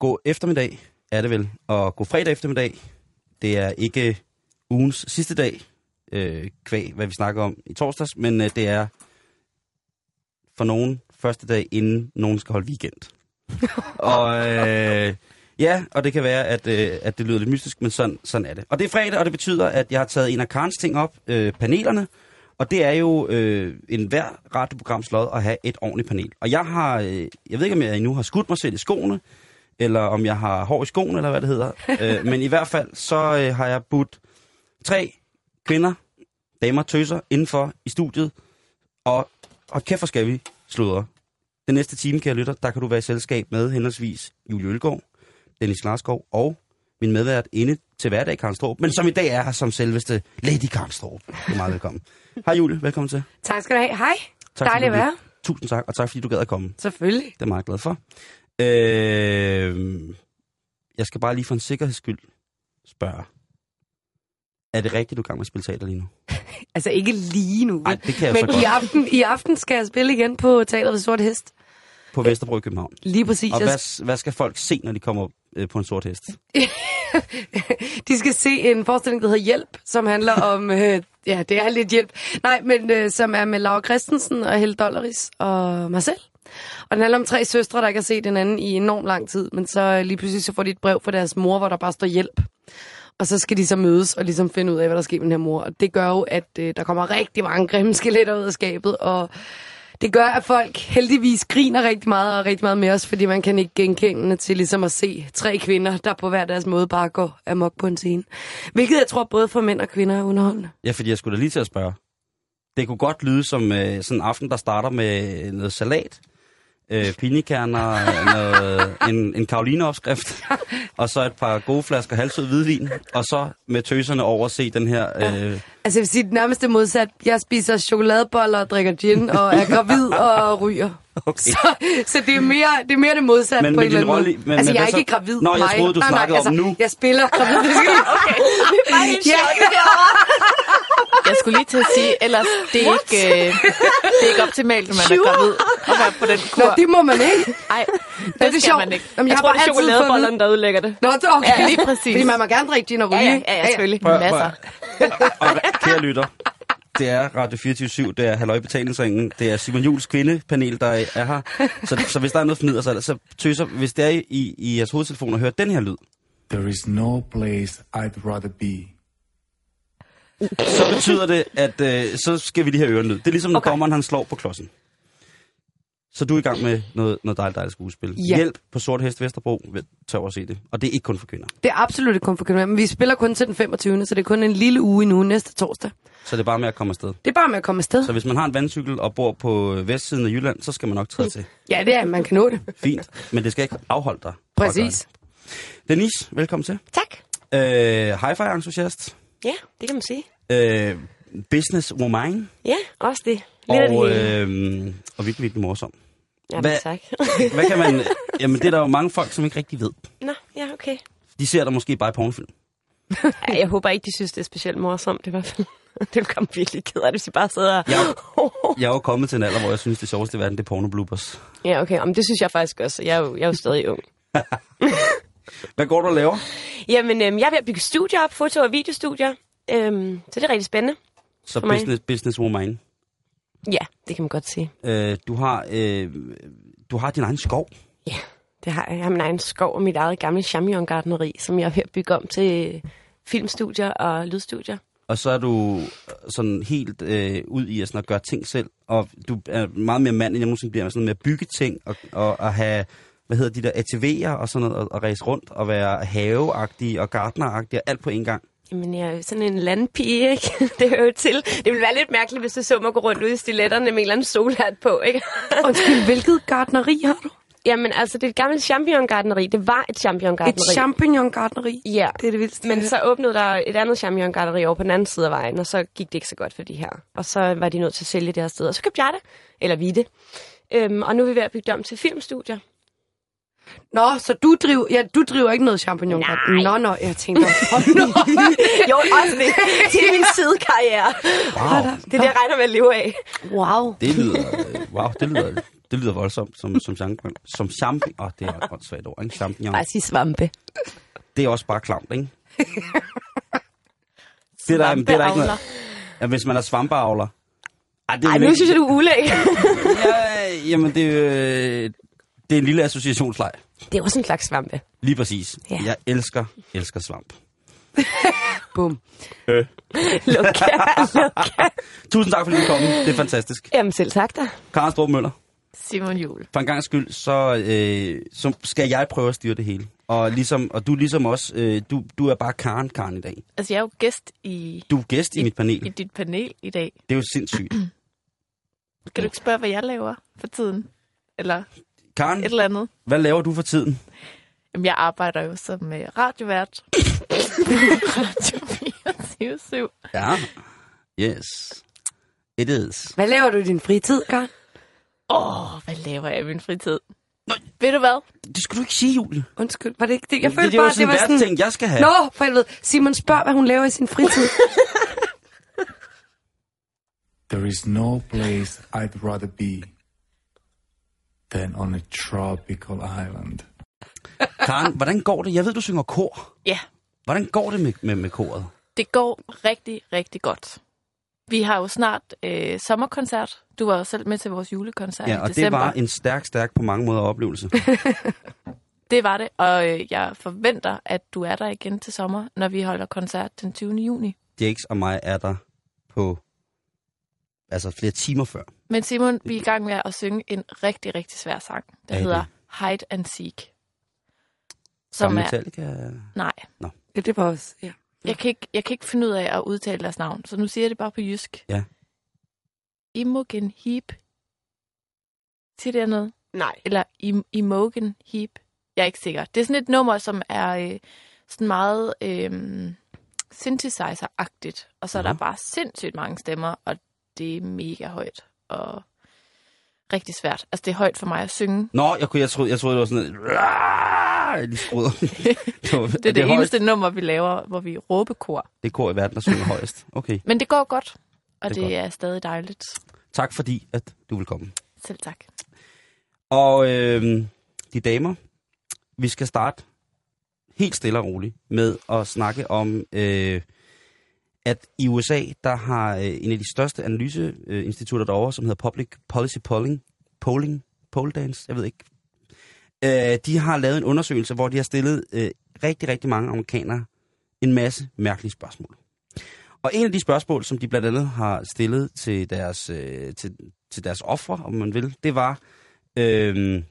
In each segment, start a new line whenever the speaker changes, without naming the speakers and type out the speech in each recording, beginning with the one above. god eftermiddag, er det vel. Og god fredag eftermiddag. Det er ikke ugens sidste dag, øh, kvæg, hvad vi snakker om i torsdags, men øh, det er for nogen første dag, inden nogen skal holde weekend. og øh, ja, og det kan være, at, øh, at det lyder lidt mystisk, men sådan, sådan er det. Og det er fredag, og det betyder, at jeg har taget en af Karens ting op, øh, panelerne, og det er jo øh, en hver radioprograms lod at have et ordentligt panel. Og jeg har, øh, jeg ved ikke om jeg endnu har skudt mig selv i skoene, eller om jeg har hår i skoen, eller hvad det hedder. øh, men i hvert fald, så øh, har jeg budt tre kvinder, damer, tøser, indenfor i studiet. Og, og kæft, hvor skal vi sludre. Den næste time, kære lytter, der kan du være i selskab med henholdsvis Julie Ølgaard, Dennis Larskov og min medvært inde til hverdag, Karen Strup, men som i dag er her som selveste Lady Karen Strup. Du er meget velkommen. Hej Julie, velkommen til.
Tak skal du have. Hej.
Tak,
Dejligt at
fordi du-
være.
Tusind tak, og tak fordi du gad at komme.
Selvfølgelig.
Det er jeg meget glad for. Øh, jeg skal bare lige for en sikkerheds skyld spørge. Er det rigtigt, du er i gang med at spille teater lige nu?
Altså ikke lige nu.
Nej, det kan jeg så
men
godt.
i aften, i aften skal jeg spille igen på Teateret ved Sort Hest.
På Vesterbro i København.
Lige præcis.
Og hvad, hvad skal folk se, når de kommer øh, på en sort hest?
De skal se en forestilling, der hedder Hjælp, som handler om... Øh, ja, det er lidt hjælp. Nej, men øh, som er med Laura Christensen og Helle Dollaris og mig selv. Og den handler om tre søstre, der ikke har set hinanden i enormt lang tid. Men så øh, lige pludselig så får de et brev fra deres mor, hvor der bare står hjælp. Og så skal de så mødes og ligesom finde ud af, hvad der sker med den her mor. Og det gør jo, at øh, der kommer rigtig mange grimme skeletter ud af skabet. Og det gør, at folk heldigvis griner rigtig meget og rigtig meget med os, fordi man kan ikke genkende til ligesom at se tre kvinder, der på hver deres måde bare går amok på en scene. Hvilket jeg tror både for mænd og kvinder er underholdende.
Ja, fordi jeg skulle da lige til at spørge. Det kunne godt lyde som øh, sådan en aften, der starter med noget salat, øh, pinjekerner, noget, øh, en, en karolineopskrift, og så et par gode flasker halvsød hvidvin, og så med tøserne over at se den her... Øh,
Altså jeg vil sige det nærmeste modsat. Jeg spiser chokoladeboller og drikker gin og er gravid og ryger.
okay.
Så, så det, er mere, det er mere det modsatte
Men
på
med
en eller
din
anden
rolle i-
måde.
men-
altså
men
jeg
hvad
er
så?
ikke gravid.
Nå, jeg
nej.
troede, du
nej,
snakkede
nej,
om
altså,
nu.
Jeg spiller gravid. Det skal
Ja. Jeg skulle lige til at sige, ellers det er ikke, øh, det er ikke optimalt, når man er gravid at være på den kur.
Nå, det må man ikke.
Nej,
Nå, det
det,
er
det skal
sjovt.
man ikke.
Jamen, jeg
jeg, jeg
har
tror,
bare
det er
altid fået at vide-
chokoladebollerne, der ødelægger det.
Nå, det er okay.
Ja, lige præcis.
Fordi man må gerne drikke gin og
Ja,
ryge.
ja, ja, ja selvfølgelig.
Prøv- prøv-
Masser.
Og kære lytter, det er Radio 24 det er Halløj Betalingsringen, det er Simon Jules kvindepanel, der er her. Så, så hvis der er noget fnider, så, så tøser, hvis det er i, i jeres hovedtelefon og hører den her lyd,
There is no place I'd rather be.
så betyder det, at øh, så skal vi lige have ørenlyd. Det er ligesom, når okay. dommeren han slår på klodsen. Så du er i gang med noget, noget dejligt, dejligt skuespil.
Ja.
Hjælp på Sort Hest Vesterbro, tag over at se det. Og det er ikke kun for kvinder.
Det er absolut ikke kun for kvinder, men vi spiller kun til den 25. Så det er kun en lille uge endnu næste torsdag.
Så det er bare med at komme afsted.
Det er bare med at komme afsted.
Så hvis man har en vandcykel og bor på øh, vestsiden af Jylland, så skal man nok træde til.
Ja, det er, man kan nå det.
Fint, men det skal ikke afholde dig. fra at gøre
Præcis.
det. Denise, velkommen til.
Tak.
Øh, hi-fi-entusiast.
Ja, det kan man sige.
Øh, business woman.
Ja, også det. Lidt af det
Og,
hele.
øh, og virkelig, virkelig morsom.
Ja,
hvad-
men tak.
Hvad kan man... Jamen, det er der jo mange folk, som ikke rigtig ved.
Nå, ja, okay.
De ser dig måske bare i pornofilm.
Ej, jeg håber ikke, de synes, det er specielt morsomt i hvert fald. Det ville komme virkelig ked af det, hvis de bare sidder og...
Jeg, jeg er jo kommet til en alder, hvor jeg synes, det sjoveste i verden, det er porno bloopers.
Ja, okay. Jamen, det synes jeg faktisk også. Jeg er jo, jeg er jo stadig ung.
Hvad går du og laver?
Jamen, øhm, jeg er ved at bygge studier op, foto- og videostudier. Øhm, så det er rigtig spændende.
Så
For mig.
business, business woman.
Ja, det kan man godt sige.
Øh, du, har, øh, du har din egen skov.
Ja, det har jeg. Jeg har min egen skov og mit eget gamle champignon-gardneri, som jeg er ved at bygge om til filmstudier og lydstudier.
Og så er du øh, sådan helt øh, ud i at, sådan at gøre ting selv. Og du er meget mere mand, end jeg nogensinde bliver. Sådan med at bygge ting og, og, og have, hvad hedder de der, ATV'er og sådan noget, og, og ræse rundt og være haveagtig og gartneragtig og alt på en gang.
Jamen, jeg er jo sådan en landpige, ikke? Det hører jo til. Det ville være lidt mærkeligt, hvis du så mig gå rundt ude i stiletterne med en eller anden solhat på, ikke?
Undskyld, hvilket gardneri har du?
Jamen, altså, det er et gammelt champignon-gardneri. Det var et
Et
champignon-gardneri.
champignon-gardneri.
Ja,
Det er det vildeste.
men så åbnede der et andet champignon-gardneri over på den anden side af vejen, og så gik det ikke så godt for de her. Og så var de nødt til at sælge det her sted, og så købte jeg det. Eller vi det. Øhm, og nu er vi ved at bygge det om til filmstudier.
Nå, så du driver, ja, du driver ikke noget champignon
Nej.
Nå, nå, jeg tænker, hold nu.
Jo, også det. Det er min sidekarriere.
Wow,
Det er det, jeg regner med at leve af.
Wow.
det lyder, øh, wow, det lyder Det lyder voldsomt som, som champignon. Som champignon. Åh, oh, det er et åndssvagt ord, ikke? Champignon.
Bare sige svampe.
Det er også bare klamt, ikke? det er der, det er der ikke noget. Ja, hvis man er svampeavler. Ej, det er
Ej,
vel
nu
ikke-
synes jeg, du er ulækker.
ja, jamen, det, er, øh, det er en lille associationsleg.
det er også en slags svampe.
Lige præcis.
Ja.
Ja. Jeg elsker, elsker svamp.
Bum.
Lukke.
Tusind tak, fordi du kom. Det er fantastisk.
Jamen selv tak dig.
Karen Strup Møller,
Simon Jul.
for en gang skyld, så, øh, så skal jeg prøve at styre det hele. Og, ligesom, og du er ligesom også, øh, du, du er bare Karen, Karen i dag.
Altså, jeg er jo gæst i,
Du er gæst i, i mit panel.
i dit panel i dag.
Det er jo sindssygt.
Kan du ikke spørge, hvad jeg laver for tiden? Eller
Karen,
et eller andet?
hvad laver du for tiden?
Jamen, jeg arbejder jo som øh, radiovært. Radio 24
Ja. Yes. It is.
Hvad laver du i din fritid, Karen?
Åh, oh, hvad laver jeg i min fritid? Ved du hvad?
Det skulle du ikke sige, Julie.
Undskyld, var det ikke det? Jeg følte
det, det
bare,
var sådan en sådan... ting, jeg skal have.
Nå, for helvede. Simon spørger, hvad hun laver i sin fritid.
There is no place I'd rather be than on a tropical island.
Karen, hvordan går det? Jeg ved, du synger kor.
Ja,
Hvordan går det med, med, med koret?
det går rigtig, rigtig godt. Vi har jo snart øh, sommerkoncert. Du var jo selv med til vores julekoncert
Ja,
i
og det
december.
var en stærk, stærk på mange måder oplevelse.
Det var det, og øh, jeg forventer, at du er der igen til sommer, når vi holder koncert den 20. juni.
Jakes og mig er der på altså flere timer før.
Men Simon, vi er i gang med at synge en rigtig, rigtig svær sang, der
Er I
hedder Hide and Seek.
Som
Som er...
Metallica.
Nej,
ja, det var også, ja.
jeg kan, ikke, jeg kan ikke finde ud af at udtale deres navn, så nu siger jeg det bare på jysk.
Ja.
Imogen Heap. Siger det her noget?
Nej.
Eller Im- Imogen Heap. Jeg er ikke sikker. Det er sådan et nummer, som er øh, sådan meget øh, synthesizer-agtigt. Og så er der
Mhm.
bare sindssygt mange stemmer, og det er mega højt. Og rigtig svært. Altså, det er højt for mig at synge.
Nå, jeg, kunne, jeg, troede, jeg troede, det var sådan noget... De skruder. det, var,
Det er det, det
højest,
eneste nummer, vi laver, hvor vi råber kor.
det kor i verden, der synger højest. Okay.
Men det går godt, og
Det
det,
er
det
godt.
er stadig dejligt.
Tak fordi, at du vil komme.
Selv tak.
Og øh, de damer, vi skal starte helt stille og roligt med at snakke om, øh, at i USA, der har øh, en af de største analyseinstitutter derovre, som hedder Public Policy Polling, Polling, Poll Dance, jeg ved ikke. Øh, de har lavet en undersøgelse, hvor de har stillet øh, rigtig, rigtig mange amerikanere en masse mærkelige spørgsmål. Og en af de spørgsmål, som de blandt andet har stillet til deres, øh, til, til deres ofre, om man vil, det var, Øhm,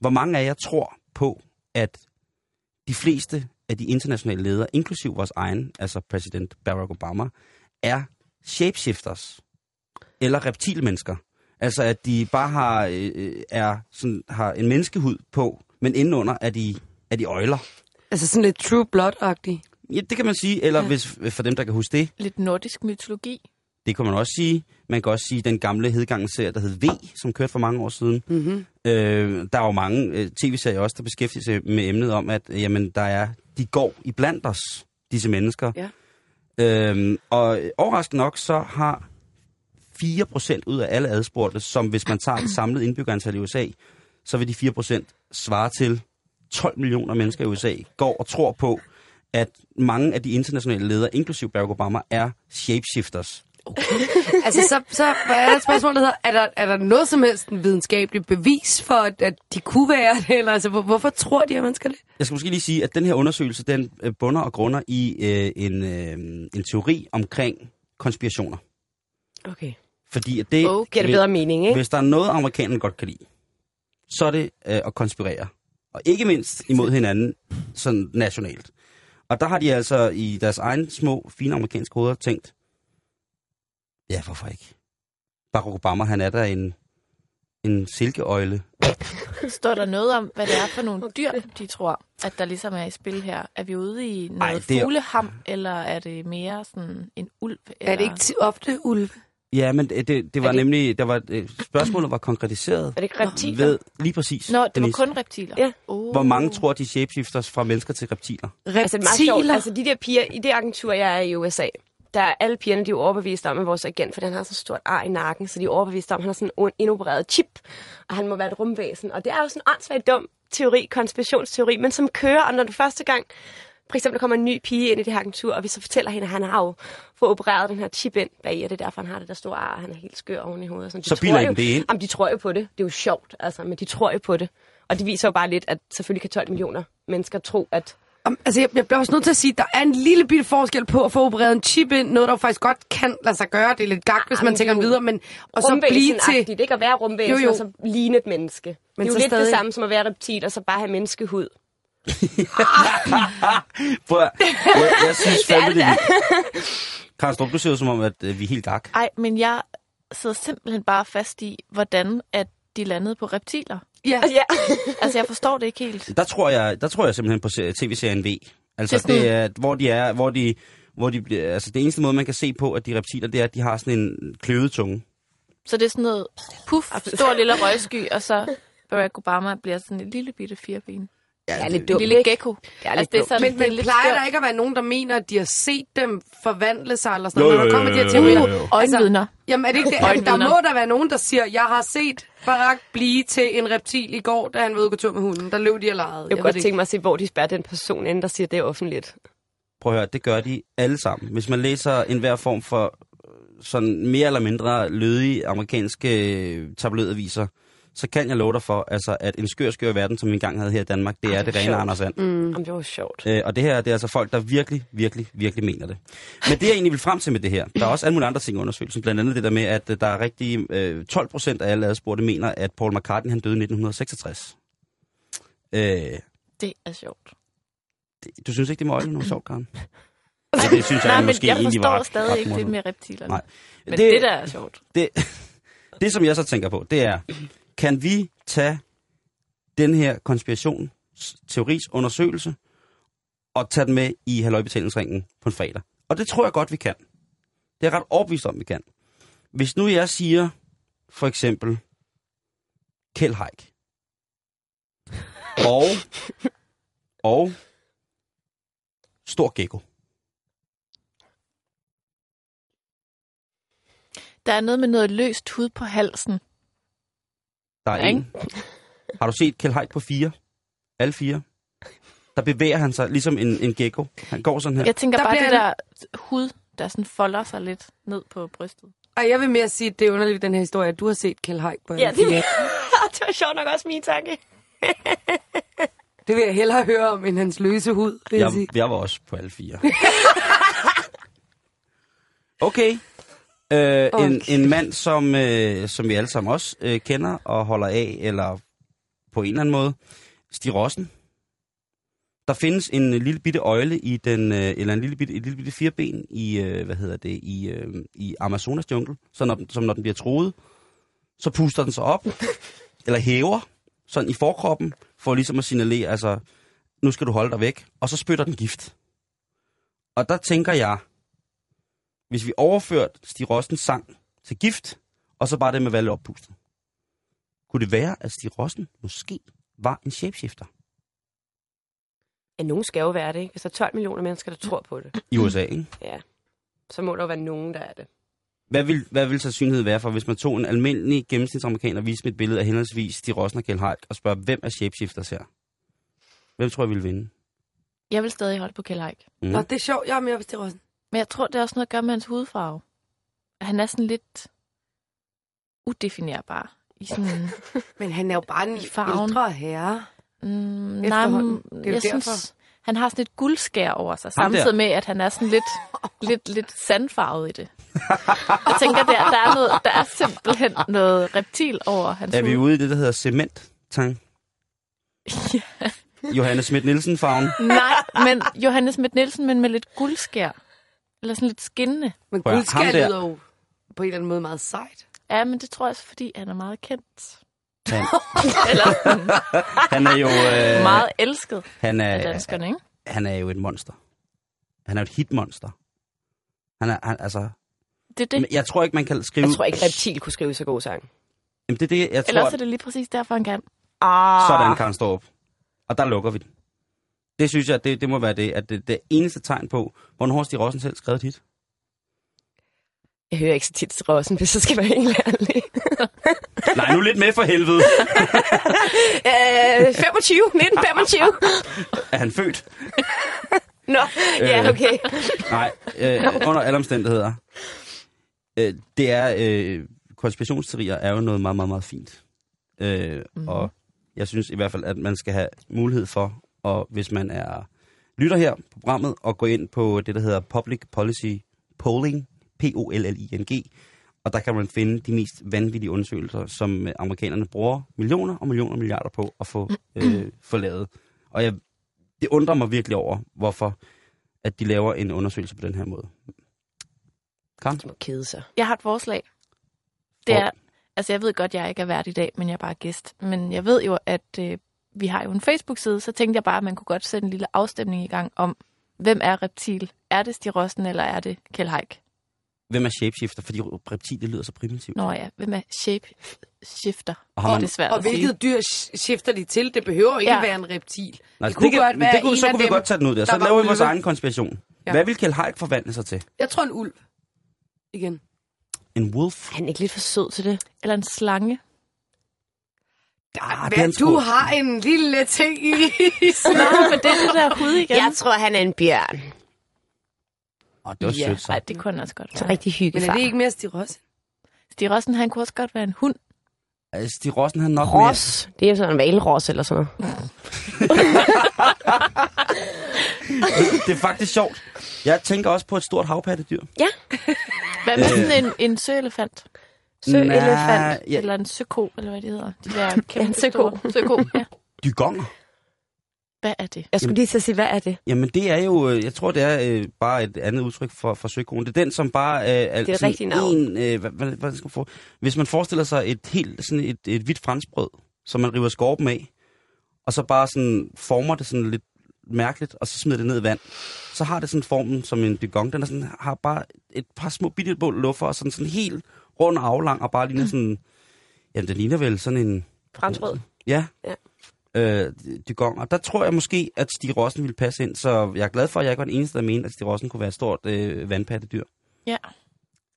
hvor mange af jer tror på, at de fleste af de internationale ledere, inklusiv vores egen, altså præsident Barack Obama, er shapeshifters eller reptilmennesker? Altså at de bare har, øh, øh, er sådan, har en menneskehud på, men indenunder er de, er de øjler.
Altså sådan lidt true blood-agtig.
Ja, det kan man sige, eller
Ja.
ja. hvis, for dem, der kan huske det,
Lidt nordisk mytologi.
det kan man også sige. Man kan også sige den gamle Hedegangen-serie, der hed V, som kørte for mange år siden.
Mm-hmm.
Øh, der er jo mange øh, tv-serier også, der beskæftiger sig med emnet om, at øh, jamen, der er, de går i blandt os, disse mennesker.
Ja.
Øhm, og øh, overraskende nok, så har 4% ud af alle adspurgte, som hvis man tager det samlede indbyggerantal i USA, så vil de 4% svare til 12 millioner mennesker i USA, går og tror på, at mange af de internationale ledere, inklusiv Barack Obama, er shapeshifters.
Altså, så, så er der et spørgsmål, der hedder, er der, er der noget som helst en videnskabelig bevis for, at, at de kunne være det? Eller altså, hvor, hvorfor tror de, at man skal det?
Jeg skal måske lige sige, at den her undersøgelse, den øh, bunder og grunder i øh, en, øh, en teori omkring konspirationer.
Okay.
Fordi at det,
Oh, giver det bedre mening, ikke?
hvis der er noget, amerikanerne godt kan lide, så er det øh, at konspirere. Og ikke mindst imod hinanden, sådan nationalt. Og der har de altså i deres egne små, fine amerikanske hoveder tænkt, ja, hvorfor ikke? Barack Obama, han er der en, en silkeøjle.
Står der noget om, hvad det er for nogle dyr, de tror, at der ligesom er i spil her? Er vi ude i noget
Ej,
Ej,
det er-
fugleham, eller er det mere sådan en ulv? Eller...
Er det ikke ti- ofte ulve?
Ja, men øh, det, det var
det-
nemlig, der var, øh, spørgsmålet var konkretiseret
Er det ikke reptiler?
ved lige præcis,
Nå, det var
Denise,
kun reptiler.
Ja.
Oh.
hvor mange tror, de er shapeshifters fra mennesker til reptiler.
Altså, det er meget sjovt.
Reptiler?
Altså, de der piger i det agentur, jeg er i USA, der er alle pigerne, de er jo overbeviste om, at vores agent, for han har så stort ar i nakken, så de er overbeviste om, at han har sådan en indopereret chip, og han må være et rumvæsen. Og det er jo sådan en åndssvagt dum teori, konspirationsteori, men som kører, og når du første gang, for eksempel der kommer en ny pige ind i det her agentur, og vi så fortæller hende, at han har jo fået opereret den her chip ind bag, og det er derfor, han har det der store ar, og han er helt skør oven i hovedet. Og sådan. De
Så
tror
bilder I
jo-
dem det ind?
Jamen, de tror jo på det. Det er jo sjovt, altså, men de tror jo på det. Og det viser jo bare lidt, at selvfølgelig kan 12 millioner mennesker tro, at
Om- Altså, jeg, jeg bliver også nødt til at sige, at der er en lille bitte forskel på at få opereret en chip ind, noget, der jo faktisk godt kan lade sig gøre. Det er lidt gag, hvis
Ah,
man
men
tænker
det er jo
videre, men og så blive
rumvæsenagtigt.
til...
Til... Ikke at være rumvæsen,
Jo, jo.
og så ligne et menneske. Men det er jo
så
lidt det
stadig-
samme som at være reptil, og så bare have menneskehud.
Prøv at, jeg, jeg synes fandme, det er Karen Strup, du ser ud som om, at øh, vi er helt gak.
Ej, men jeg sidder simpelthen bare fast i, hvordan at de landede på reptiler.
Ja.
Altså, ja.
Altså, jeg forstår det ikke helt.
Der tror jeg, der tror jeg simpelthen på se- tv-serien V. Altså,
Det er
det,
sådan-
det er, hvor de er, hvor de, hvor de bliver, altså det eneste måde, man kan se på, at de reptiler, det er, at de har sådan en kløvet tunge.
Så det er sådan noget, puff, stor lille røgsky, og så Barack Obama bliver sådan en lille bitte firben.
Det er lidt
En
dumt.
lille gecko.
Det er lidt
Altså, det er
dumt.
sådan,
Men,
det er
men
lidt
plejer
skørt.
der ikke at være nogen, der mener, at de har set dem forvandle sig, eller sådan
Jo,
noget,
jo,
når
jo,
der kommer de her
jo,
teorier? Altså,
jo, jo.
Øjenvidner.
Jamen er det ikke det?
Og
Altså, der
vidner.
må der være nogen, der siger, jeg har set Barack blive til en reptil i går, da han var ude på tur med hunden. Der løb de og legede.
Jeg
ved
kunne godt
det
tænke mig at se, hvor de spærrer den person inden, der siger, at det er offentligt.
Prøv at høre, det gør de alle sammen. Hvis man læser enhver form for øh, sådan mere eller mindre lødige amerikanske øh, tabloidaviser, så kan jeg love dig for, altså, at en skør, skør verden, som vi engang havde her i Danmark, det
Ej,
er
det er
det rene
sjovt.
Anders Sand.
Mm. Jamen, det var jo sjovt.
Øh, og det her, det er altså folk, der virkelig, virkelig, virkelig mener det. Men det, jeg egentlig vil frem til med det her, der er også alle mulige andre ting i undersøgelsen, blandt andet det der med, at øh, der er rigtig øh, 12 procent af alle adspurgte mener, at Paul McCartney han døde i 1966. Øh, det-
Det er sjovt.
du synes ikke, det må øjne nogen sjovt, Karen? Ja, det synes jeg,
Nej, men
måske
jeg
egentlig var
forstår
ret-
stadig
ret
ikke det
morsomt.
med reptilerne.
Nej.
Men det, det der er sjovt.
det, det, som jeg så tænker på, det er, kan vi tage den her konspirationsteoris undersøgelse og tage den med i halvøjbetalingsringen på en fredag? Og det tror jeg godt, vi kan. Det er jeg ret overbevist om, vi kan. Hvis nu jeg siger, for eksempel, Kjeld Haik. Og, og Stor Gecko.
Der er noget med noget løst hud på halsen.
Der er
Ja, ikke?
en. Har du set Kjell Haik på fire? Alle fire? Der bevæger han sig ligesom en, en gecko. Han går sådan her.
Jeg tænker
Der
der bare,
bliver
det der hud, der sådan folder sig lidt ned på brystet.
Og jeg vil mere sige, at det er underligt, den her historie, at du har set Kjell Haik på
Ja,
ja,
det,
det...
det var sjovt nok også min tanke.
det vil jeg hellere høre om, end hans løse hud, vil jeg sige.
jeg, jeg var også på alle fire. Okay. Øh, en, en mand, som, øh, som vi alle sammen også øh, kender og holder af, eller på en eller anden måde, Stig Rossen. Der findes en øh, lille bitte øjle i den, øh, eller en lille bitte, et lille bitte firben i, øh, hvad hedder det, i, øh, i Amazonas jungle, så når, den- som når den bliver troet, så puster den sig op, eller hæver, sådan i forkroppen, for ligesom at signalere, altså, nu skal du holde dig væk, og så spytter den gift. Og der tænker jeg, hvis vi overførte Stig Rossens sang til gift, og så bare det med valget oppustet, kunne det være, at Stig Rossen måske var en shapeshifter
Ja, nogen skal jo være det, ikke? Hvis der er 12 millioner mennesker, der tror på det,
i USA, ikke?
så må der jo være nogen, der er det.
Hvad vil, hvad vil sandsynligheden være for, hvis man tog en almindelig gennemsnitsamerikaner og viste dem et billede af henholdsvis Stig Rossen og Kjell Haik, og spørger, hvem er shapeshifters her? Hvem tror jeg ville vinde?
Jeg vil stadig holde på Kjell Haik.
Mm.
Nå, det er sjovt. Jeg er mere på Stig Rossen.
Men jeg tror, det er også noget at gøre med hans hudfarve. Han er sådan lidt udefinerbar. I sådan,
Men han er jo bare en
I farven.
ældre herre.
mm, nej,
Efterhånden.
men
Det er jo
jeg synes,
derfor.
han har sådan et guldskær over sig,
Ham der.
samtidig med, at han er sådan lidt, lidt, lidt sandfarvet i det. Jeg tænker, der, der, er noget, der er simpelthen noget reptil over hans
Er vi
hud.
ude i det, der hedder cementtang?
Ja.
Johannes Schmidt-Nielsen-farven?
Nej, men Johannes Schmidt Nielsen, men med lidt guldskær. Eller sådan lidt skinnende.
Men
Prøv at- ham
guldskær
der-
lyder jo på en eller anden måde meget sejt.
Ja, men det tror jeg også, fordi han er meget kendt.
Han,
Eller sådan
han er jo... Øh,
meget elsket
han
af
er,
danskerne, ikke?
han er jo et monster. Han er jo et hitmonster. Han er, han, altså,
Det er det.
det. jeg tror ikke, man kan skrive...
Jeg tror ikke, reptil kunne skrive så god sang.
Jamen, det er det, jeg tror...
Eller også er det lige præcis derfor, han kan.
Ah.
Sådan, Karen Storp. Og der lukker vi den. Det synes jeg, det, det må være det, at det, det eneste tegn på, hvornår har Stig Rossen selv skrevet dit.
Jeg hører ikke så tit til Rossen, hvis jeg skal være helt ærlig.
Nej, nu lidt med for helvede.
Øh, 25, 1925.
Er han født?
Nå, ja, okay.
Nej, øh, under alle omstændigheder. Øh, det er, øh, konspirationsteorier er jo noget meget, meget, meget fint. Øh, mm. Og jeg synes i hvert fald, at man skal have mulighed for, og hvis man er lytter her på programmet, og gå ind på det, der hedder Public Policy Polling, P-O-L-L-I-N-G, og der kan man finde de mest vanvittige undersøgelser, som øh, amerikanerne bruger millioner og millioner og milliarder på at få, øh, få lavet. Og jeg, det undrer mig virkelig over, hvorfor at de laver en undersøgelse på den her måde. Karen?
Du må kede sig.
Jeg har et forslag. Det
Hvor-
er, altså jeg ved godt, jeg ikke er vært i dag, men jeg er bare gæst. Men jeg ved jo, at øh, vi har jo en Facebook-side, så tænkte jeg bare, at man kunne godt sætte en lille afstemning i gang om, hvem er reptil? Er det Stig Rossen, eller er det Kjell Haik?
Hvem er shapeshifter? Fordi reptil, det lyder så primitivt.
Nå ja, hvem er shape-shifter?
Og har
Åh,
man-
det er svært
Og
at sige.
hvilket dyr skifter de til? Det behøver ikke
Ja.
ja. være en reptil.
Nej,
det kunne
kan-
godt være
altså, det kunne,
en
så
af
kunne vi
dem,
godt tage den ud der. Så
der var
laver vi vores
ulve.
egen konspiration.
Ja.
Hvad vil Kjell Haik forvandle sig til?
Jeg tror en ulv. Igen.
En wolf?
Han er ikke lidt for sød til det.
Eller en slange.
Ah, det er
Hvad,
han
du
sgu.
har en lille ting i
Nå, men det er det der hud igen.
Jeg tror, han er en bjørn.
Åh, det var
Ja.
sødt
Ej,
sagt.
det kunne han også godt
Så
være.
rigtig
Men
hyggelig
er det ikke mere Stig Rossen?
Stig Rossen, han kunne også godt være en hund.
Altså, Stig Rossen han er nok mere...
Ros. Det er sådan en valros eller sådan noget.
Det er faktisk sjovt. Jeg tænker også på et stort havpattedyr.
Hvad med sådan en, en søelefant?
Søelefant.
Øh. Ja,
Eller en søko, eller hvad det hedder. De der kæmpe
søko.
store- søko, ja.
dygonger.
Hvad er det?
Jeg skulle lige til at sige, hvad er det?
Jamen, det er jo... øh, Jeg tror, det er øh, bare et andet udtryk for, for søkoen. Det er den, som bare... Øh, er
det
sådan
rigtige navn.
En, øh, hvad, hvad, hvad skal man få? Hvis man forestiller sig et helt sådan et, et hvidt franskbrød, som man river skorpen af, og så bare sådan former det sådan lidt mærkeligt, og så smider det ned i vand, så har det sådan formen som en dygong. Den er sådan, har bare et par små bitte bål luffer, og sådan, sådan helt rund og aflang, og bare ligner
Mm.
sådan... Jamen, den ligner vel sådan en...
Franskbrød.
Ja.
Ja.
Øh, Dygong. Og der tror jeg måske, at Stig Rossen ville passe ind, så jeg er glad for, at jeg ikke var den eneste, der mente, at Stig Rossen kunne være et stort øh, vandpattedyr.
Ja.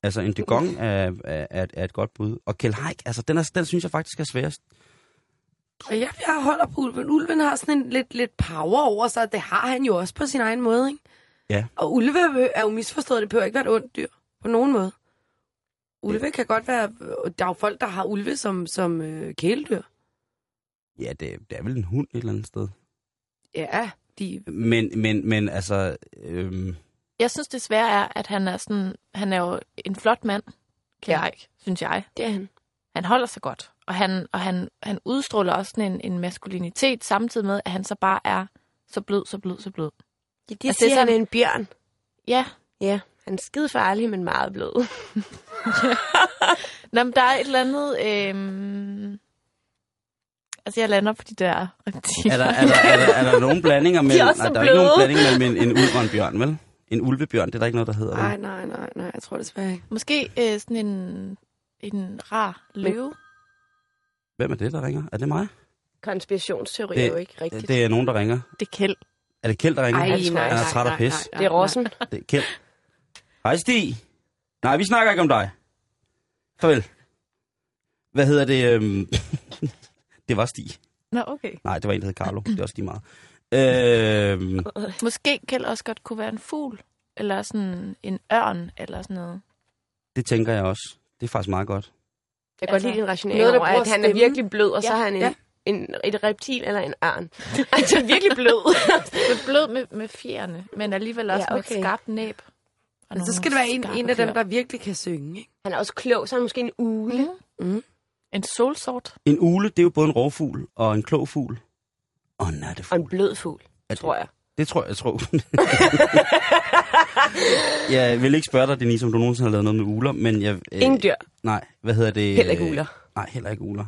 Altså en Dygong er, er, er, er et godt bud. Og Kjell Haik, altså den, er, den synes jeg faktisk er sværest.
Og Jeg, jeg holder på ulven. Ulven har sådan en lidt, lidt power over sig, og det har han jo også på sin egen måde, ikke?
Ja.
Og ulve er jo misforstået, det behøver ikke være et ondt dyr, på nogen måde. Ulve kan godt være... Der er jo folk, der har ulve som, som øh, kæledyr.
Ja, det, det er vel en hund et eller andet sted.
Ja, de...
Men, men, men altså... Øhm,
Jeg synes desværre er, at han er sådan, han er jo en flot mand, kan
Ja.
jeg ikke, synes jeg.
Det er han.
Han holder sig godt, og han, og han, han udstråler også sådan en, en maskulinitet, samtidig med, at han så bare er så blød, så blød, så blød.
Ja, de
Altså,
siger,
det er
han
sådan-
er en bjørn.
Ja,
Ja, han er skide farlig, men meget blød.
Nå, men der er et eller andet... Øh... Altså, jeg lander på de der reptiler.
er, der, er, der, er, der, er der nogen blandinger mellem...
De er også
nej,
så
der er ikke nogen
bløde.
blanding mellem en, en ulv og en bjørn, vel? En ulvebjørn, det er der ikke noget, der hedder.
Nej,
vel?
nej, nej, nej, jeg tror desværre ikke.
Måske øh, sådan en, en rar løve.
Hvem er det, der ringer? Er det mig?
Konspirationsteori
Det-
er jo ikke rigtigt. Det,
Det er nogen, der ringer.
Det er kæld.
Er det Kjeld, der ringer?
jeg tror,
han er træt af pis.
det er Rossen.
Det er Kjeld. Hej Stig. Nej, vi snakker ikke om dig. Farvel. Hvad hedder det? Øhm... det var Stig.
Nå, okay.
Nej, det var en, der hed Carlo. Det er også lige meget. Øhm...
Måske kæld også godt kunne være en fugl. Eller sådan en ørn, eller sådan noget.
Det tænker jeg også. Det er faktisk meget godt.
Jeg kan godt
Altså,
lide din rationering
noget, der
over, at
bruger
han er
stemmen.
virkelig blød, og så
Ja,
har han en,
ja.
en, et reptil eller en arn. Altså virkelig blød.
Lidt blød med, med fjerne, men alligevel også
Ja,
ja, okay. med
okay.
et skarpt næb. Og
Men Altså, så
nogle
skal det være en,
skarpe
en af dem,
klør.
der virkelig kan synge, ikke?
han er også klog, så er han måske en ule.
En solsort.
En ule, det er jo både en rovfugl og en klog fugl. Og en
Og en
nattefugl.
blød fugl,
Er
tror jeg.
Det tror jeg, jeg tror. jeg vil ikke spørge dig, Denise, om du nogensinde har lavet noget med uler, men jeg... Øh,
Ingen dyr.
Nej, hvad hedder det?
Heller ikke uler.
Nej, heller ikke uler.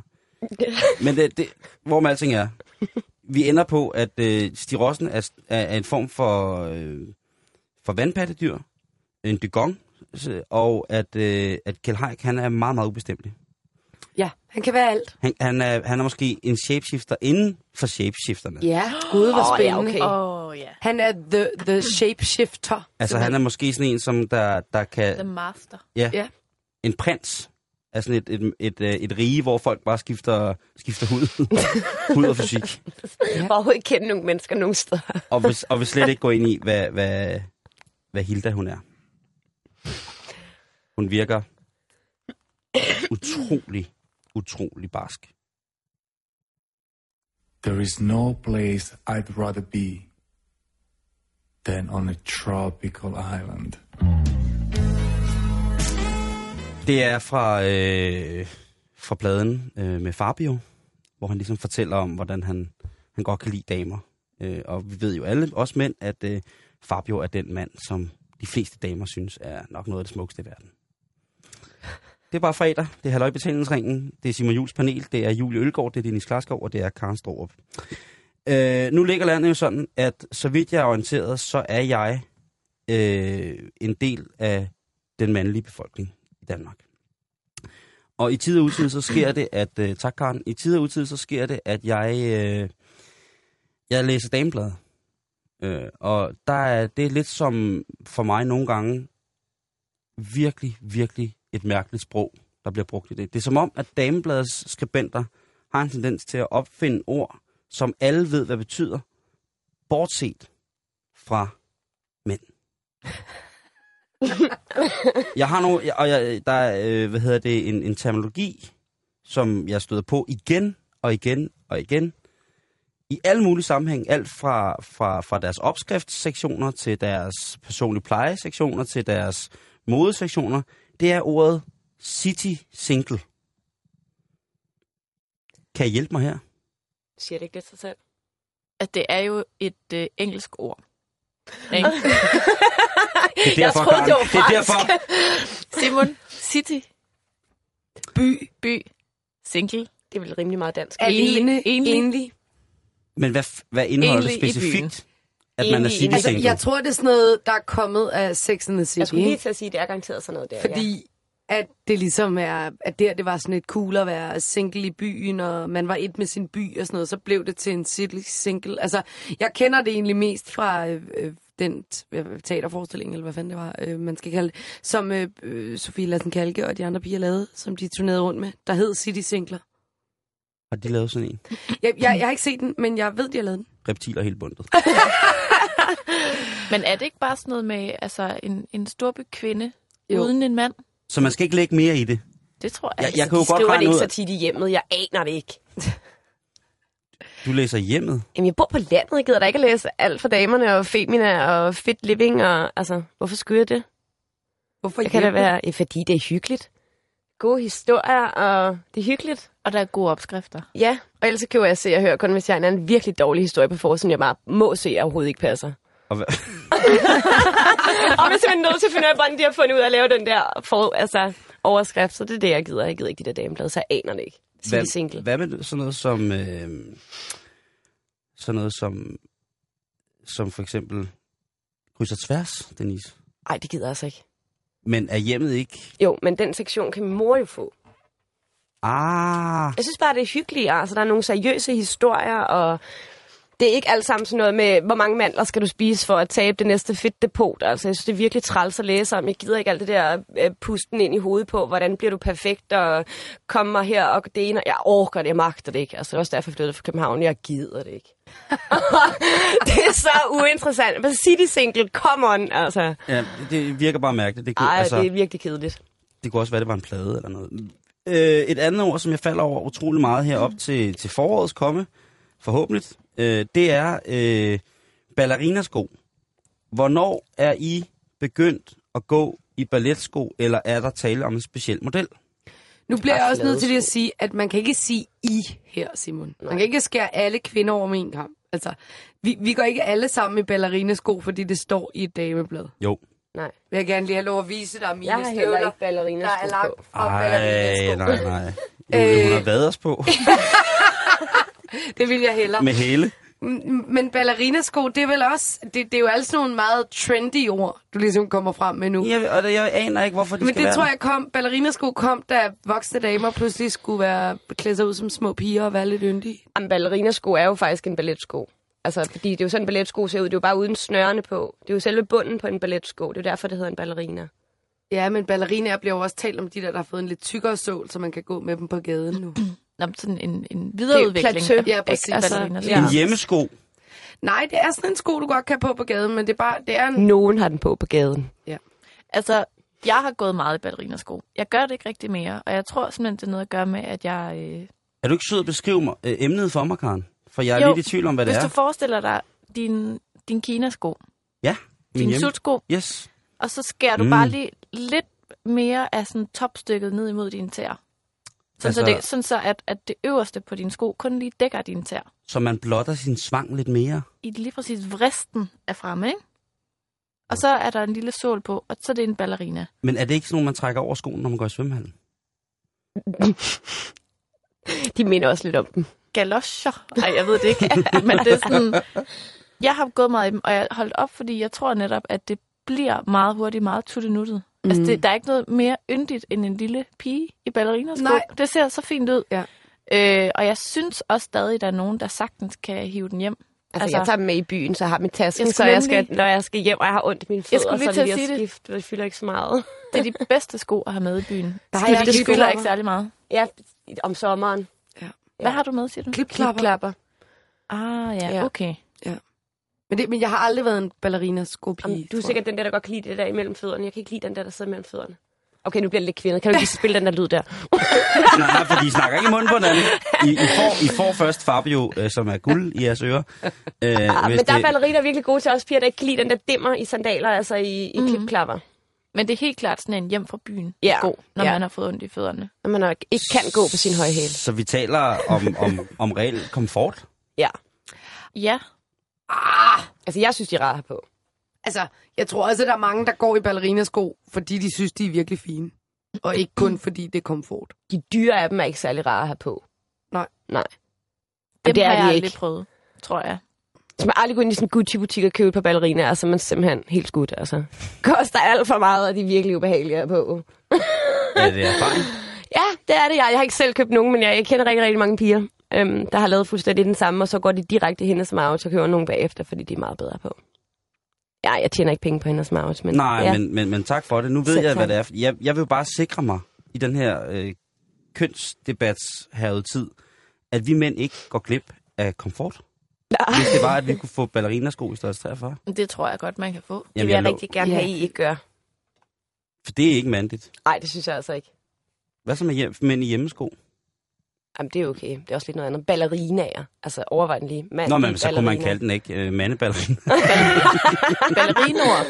Men det, det, hvor med alting er, vi ender på, at øh, Stig Rossen er, er, er en form for, øh, for vandpattedyr, en dygong, så- og at, øh, at Kjell Haik, han er meget, meget ubestemmelig.
Ja, han kan være alt.
Han, han, er, han er måske en shapeshifter inden for shapeshifterne.
Ja, gud, hvor
Åh, ja,
spændende.
okay.
Åh, oh, Åh ja.
Han er the, the shapeshifter.
Altså, han er måske sådan en, som der, der
The
kan...
Master.
Ja,
Ja.
en prins af sådan et, et, et, øh, et rige, hvor folk bare skifter, skifter hud, hud og fysik.
Jeg får overhovedet ikke kende nogen mennesker nogen steder.
Og hvis, og vil slet ikke gå ind i, hvad, hvad, hvad Hilda hun er. Hun virker utrolig, utrolig barsk.
There is no place I'd rather be than on a tropical island.
Det er fra, øh, fra pladen øh, med Fabio, hvor han ligesom fortæller om, hvordan han, han godt kan lide damer. Øh, og vi ved jo alle, også mænd, at øh, Fabio er den mand, som de fleste damer synes er nok noget af det smukkeste i verden. Det er bare fredag, det er halvøjbetalingsringen, det er Simon Jules panel, det er Julie Ølgaard, det er Dennis Klarskov, og det er Karen Storup. Øh, nu ligger landet jo sådan, at så vidt jeg er orienteret, så er jeg øh, en del af den mandlige befolkning i Danmark. Og i tid og utid, så sker det, at... Øh, tak, Karen. I tid og utid, så sker det, at jeg... Øh, jeg læser damebladet. Øh, og der er, det er lidt som for mig nogle gange virkelig, virkelig et mærkeligt sprog, der bliver brugt i det. Det er som om, at damebladets skribenter har en tendens til at opfinde ord, som alle ved, hvad betyder, bortset fra mænd. jeg har nogle, og jeg, der er, øh, hvad hedder det, en, en terminologi, som jeg støder på igen og igen og igen. I alle mulige sammenhæng, alt fra, fra, fra deres opskriftssektioner til deres personlige plejesektioner til deres modesektioner, det er ordet city single. Kan I hjælpe mig her?
Siger det ikke lidt sig selv?
At det er jo et øh, engelsk ord. Ikke?
Det
Jeg troede, det var
Karen. det er derfor,
Simon, City. By. By. Single.
Det er vel rimelig meget dansk.
Alene.
Enlig. Enlig.
Enlig.
Men hvad, f- hvad indeholder det
Egentlig i
specifikt, at man er
Egentlig i
city
byen.
Altså,
single?
jeg tror, det er sådan noget, der er kommet af Sex and the City.
Jeg skulle lige
ikke?
til at sige, at det er garanteret sådan noget der. ja.
Fordi at det ligesom er, at der det var sådan lidt cool at være single i byen, og man var et med sin by og sådan noget, så blev det til en city single. Altså, jeg kender det egentlig mest fra øh, øh, den t- øh, teaterforestilling, eller hvad fanden det var, øh, man skal kalde det, som øh, øh, Sofie Lassen Kalke og de andre piger lavede, som de turnerede rundt med, der hed City Singler.
Har de lavet sådan en?
Jeg, jeg, jeg har ikke set den, men jeg ved, de har lavet den.
Reptiler helt bundet.
Men er det ikke bare sådan noget med altså, en, en storby kvinde
Jo.
jo. uden en mand?
Så man skal ikke lægge mere i det.
Det tror jeg.
Jeg, jeg
Altså,
kan jo godt
de skriver det
regne
ikke
ud,
så
at
tit i hjemmet. Jeg aner det ikke.
du læser hjemmet.
Jamen, jeg bor på landet. Jeg gider da ikke at læse alt for damerne og femina og fit living. Og, altså, hvorfor skulle jeg det?
Hvorfor
Det kan da være, ja, fordi det er hyggeligt. Gode historier, og det er hyggeligt.
Og der er gode opskrifter.
Ja, og ellers så køber jeg se og høre kun, hvis jeg har en anden virkelig dårlig historie på forsiden, jeg bare må se, at overhovedet ikke passer.
Og hvad,
og jeg er simpelthen nødt til at finde ud af, hvordan de har fundet ud af at lave den der for, altså, overskrift. Så det er det, jeg gider. Jeg gider ikke de der dameblade, så jeg aner det ikke. Sige
hvad,
Hvem? single.
hvad med sådan noget som... Øh, sådan noget som... Som for eksempel krydser tværs, Denise.
Nej, det gider jeg altså ikke.
Men er hjemmet ikke...
Jo, men den sektion kan min mor jo få.
Ah,
Jeg synes bare, det er hyggeligt. Altså, der er nogle seriøse historier, og det er ikke alt sammen sådan noget med, hvor mange mandler skal du spise for at tabe det næste fedtdepot. Altså, jeg synes, det er virkelig træls at læse om. Jeg gider ikke alt det der øh, pusten ind i hovedet på, hvordan bliver du perfekt, og kommer her og det ene. og- Jeg orker det, jeg magter det ikke. Altså, det er også derfor, jeg flyttede fra København. Jeg gider det ikke. det er så uinteressant. Men City Single, come on, altså.
ja, det virker bare mærkeligt. Det kunne,
Ej,
altså,
det er
det...
virkelig kedeligt.
det kunne også være, det var en plade eller noget. Øh, et andet ord, som jeg falder over utrolig meget her op til, til forårets komme, forhåbentlig, øh, det er øh, ballerinasko. Hvornår er I begyndt at gå i balletsko, eller er der tale om en speciel model?
Nu bliver jeg
Bare
også nødt til
flade
lige at sige, at man kan ikke sige I her, Simon. Man kan ikke skære alle kvinder over med en kamp. Altså, vi, vi går ikke alle sammen i ballerinasko, fordi det står i et dameblad.
Jo.
Nej,
Vil jeg gerne lige have lov at vise dig mine
jeg har heller
støvler,
ikke ballerina
der er
på.
lagt fra
Ej,
ballerinasko. Øh.
nej, nej. Julie, hun har vaders på
Det vil jeg hellere.
med hele.
Men, men ballerinasko, det er vel også... Det, det er jo altså nogle meget trendy ord, du ligesom kommer frem med nu.
Jeg, og det, jeg aner ikke, hvorfor de
Men
skal
det
være
tror
der.
jeg kom, ballerinasko kom, da voksne damer pludselig skulle være klæde sig ud som små piger og være lidt yndige.
Jamen, ballerinasko er jo faktisk en balletsko. Altså, fordi det er jo sådan, en balletsko ser ud. Det er jo bare uden snørene på. Det er jo selve bunden på en balletsko. Det er jo derfor, det hedder en ballerina.
Ja, men ballerinaer bliver jo også talt om de der, der har fået en lidt tykkere sål, så man kan gå med dem på gaden nu.
Nå, men sådan en, en videreudvikling.
plateau.
af-
Ja,
af
præcis.
balleriner.
Ja.
En hjemmesko.
Nej, det er sådan en sko, du godt kan have på på gaden, men det er bare, det er en...
Nogen har den på på gaden.
Altså, jeg har gået meget i ballerinasko. Jeg gør det ikke rigtig mere, og jeg tror simpelthen, det er noget at gøre med, at jeg... Øh,
Er du ikke sød at beskrive mig, øh, emnet for mig, Karen? For jeg er
Jo,
jo, lidt i tvivl om, hvad det
hvis
er.
du forestiller dig din, din kinasko,
Ja, min
din
hjemme.
sutsko,
Yes.
og så skærer du
Mm.
bare lige lidt mere af sådan topstykket ned imod dine tæer. Sådan, altså, så,
Altså-
det, sådan så at, at det øverste på din sko kun lige dækker dine tæer.
Så man blotter sin svang lidt mere.
I lige præcis vristen er fremme, ikke?
Mm.
Og så er der en lille sål på, og så er det en ballerina.
Men er det ikke sådan nogle, man trækker over skoen, når man går i svømmehallen?
De minder også lidt om dem.
galoscher. Nej, jeg ved det ikke. Men det er sådan, jeg har gået meget i dem, og jeg har holdt op, fordi jeg tror netop, at det bliver meget hurtigt, meget tuttenuttet. Mm. Altså, det, der er ikke noget mere yndigt end en lille pige i ballerinasko.
Nej.
Det ser så fint ud.
Ja.
Øh, og jeg synes også stadig, der er nogen, der sagtens kan hive den hjem. Altså-
Altså, altså, jeg tager dem med i byen, så jeg har mit tasken,
Jeg
så
skulle
jeg skal,
nemlig-
når jeg skal hjem, og jeg har ondt i mine fødder,
skulle lige
så
til
er
at
det lige
sige
at
det.
skifte, for det fylder ikke så meget.
Det er de bedste sko at have med i byen.
Der har
Fordi
jeg
de
også
fylder
klipklapper.
ikke særlig meget.
Ja, om sommeren.
Hvad
Ja.
har du med, siger du?
Klipklapper.
Klapper.
Ah, ja,
Ja.
okay.
Men, det, men jeg har aldrig været en ballerinasko-pige,
Jamen, du er
tror
sikkert den der, der godt kan lide det der imellem fødderne. Jeg kan ikke lide den der, der sidder mellem fødderne. Okay, nu bliver det lidt kvindet. Kan du ikke lige spille den der lyd der?
nej, nej, for de snakker ikke i munden på hinanden. I, I, får, I får først Fabio, øh, som er guld i jeres ører. Øh,
Ah,
hvis
men der er
det-
balleriner virkelig gode til os piger, der ikke kan lide den der dimmer i sandaler, altså i, i mm. klipklapper.
Men det er helt klart sådan en hjem fra byen
Ja.
sko, når
Ja.
man har fået ondt i fødderne.
Når man nok ikke kan gå på sin høje hæl.
Så vi taler om, om, om reelt komfort.
Ja.
Ja,
Altså, jeg synes, de er rart her på.
Altså, jeg tror også, at der er mange, der går i ballerinasko, fordi de synes, de er virkelig fine. Og ikke kun fordi det er komfort.
De dyre af dem er ikke særlig rare her på.
Nej.
Nej.
det,
Og det
har
er
jeg
de
aldrig
ikke.
prøvet, tror jeg.
Så man aldrig gå ind i sådan en Gucci-butik og købe et par balleriner, altså man er simpelthen helt skudt, altså. Koster alt for meget, og de er virkelig ubehagelige her på.
Er det erfaring?
Ja, det er det. Jeg, jeg har ikke selv købt nogen, men jeg, jeg kender rigtig, rigtig mange piger, øhm, der har lavet fuldstændig den samme, og så går de direkte i hendes Maurits og køber nogen bagefter, fordi de er meget bedre på. Ja, jeg tjener ikke penge på hendes Maurits, men...
Nej,
ja.
men, men, men tak for det. Nu ved
Selv
jeg, hvad
tak.
det er. Jeg, jeg vil jo bare sikre mig i den her øh, kønsdebats tid, at vi mænd ikke går glip af komfort.
Nej.
Hvis det var, at vi kunne få ballerinasko i størrelse 43.
Det tror jeg godt, man kan få.
Det vil jeg rigtig gerne
Ja.
have, I ikke gør.
For det er ikke mandigt.
Nej, det synes jeg altså ikke.
Hvad så med hjem, mænd i hjemmesko?
Jamen, det er okay. Det er også lidt noget andet. Ballerinaer. Altså, overvej den lige. Mand,
Nå, men så kunne man kalde den ikke øh, mandeballerina.
Ballerinoer,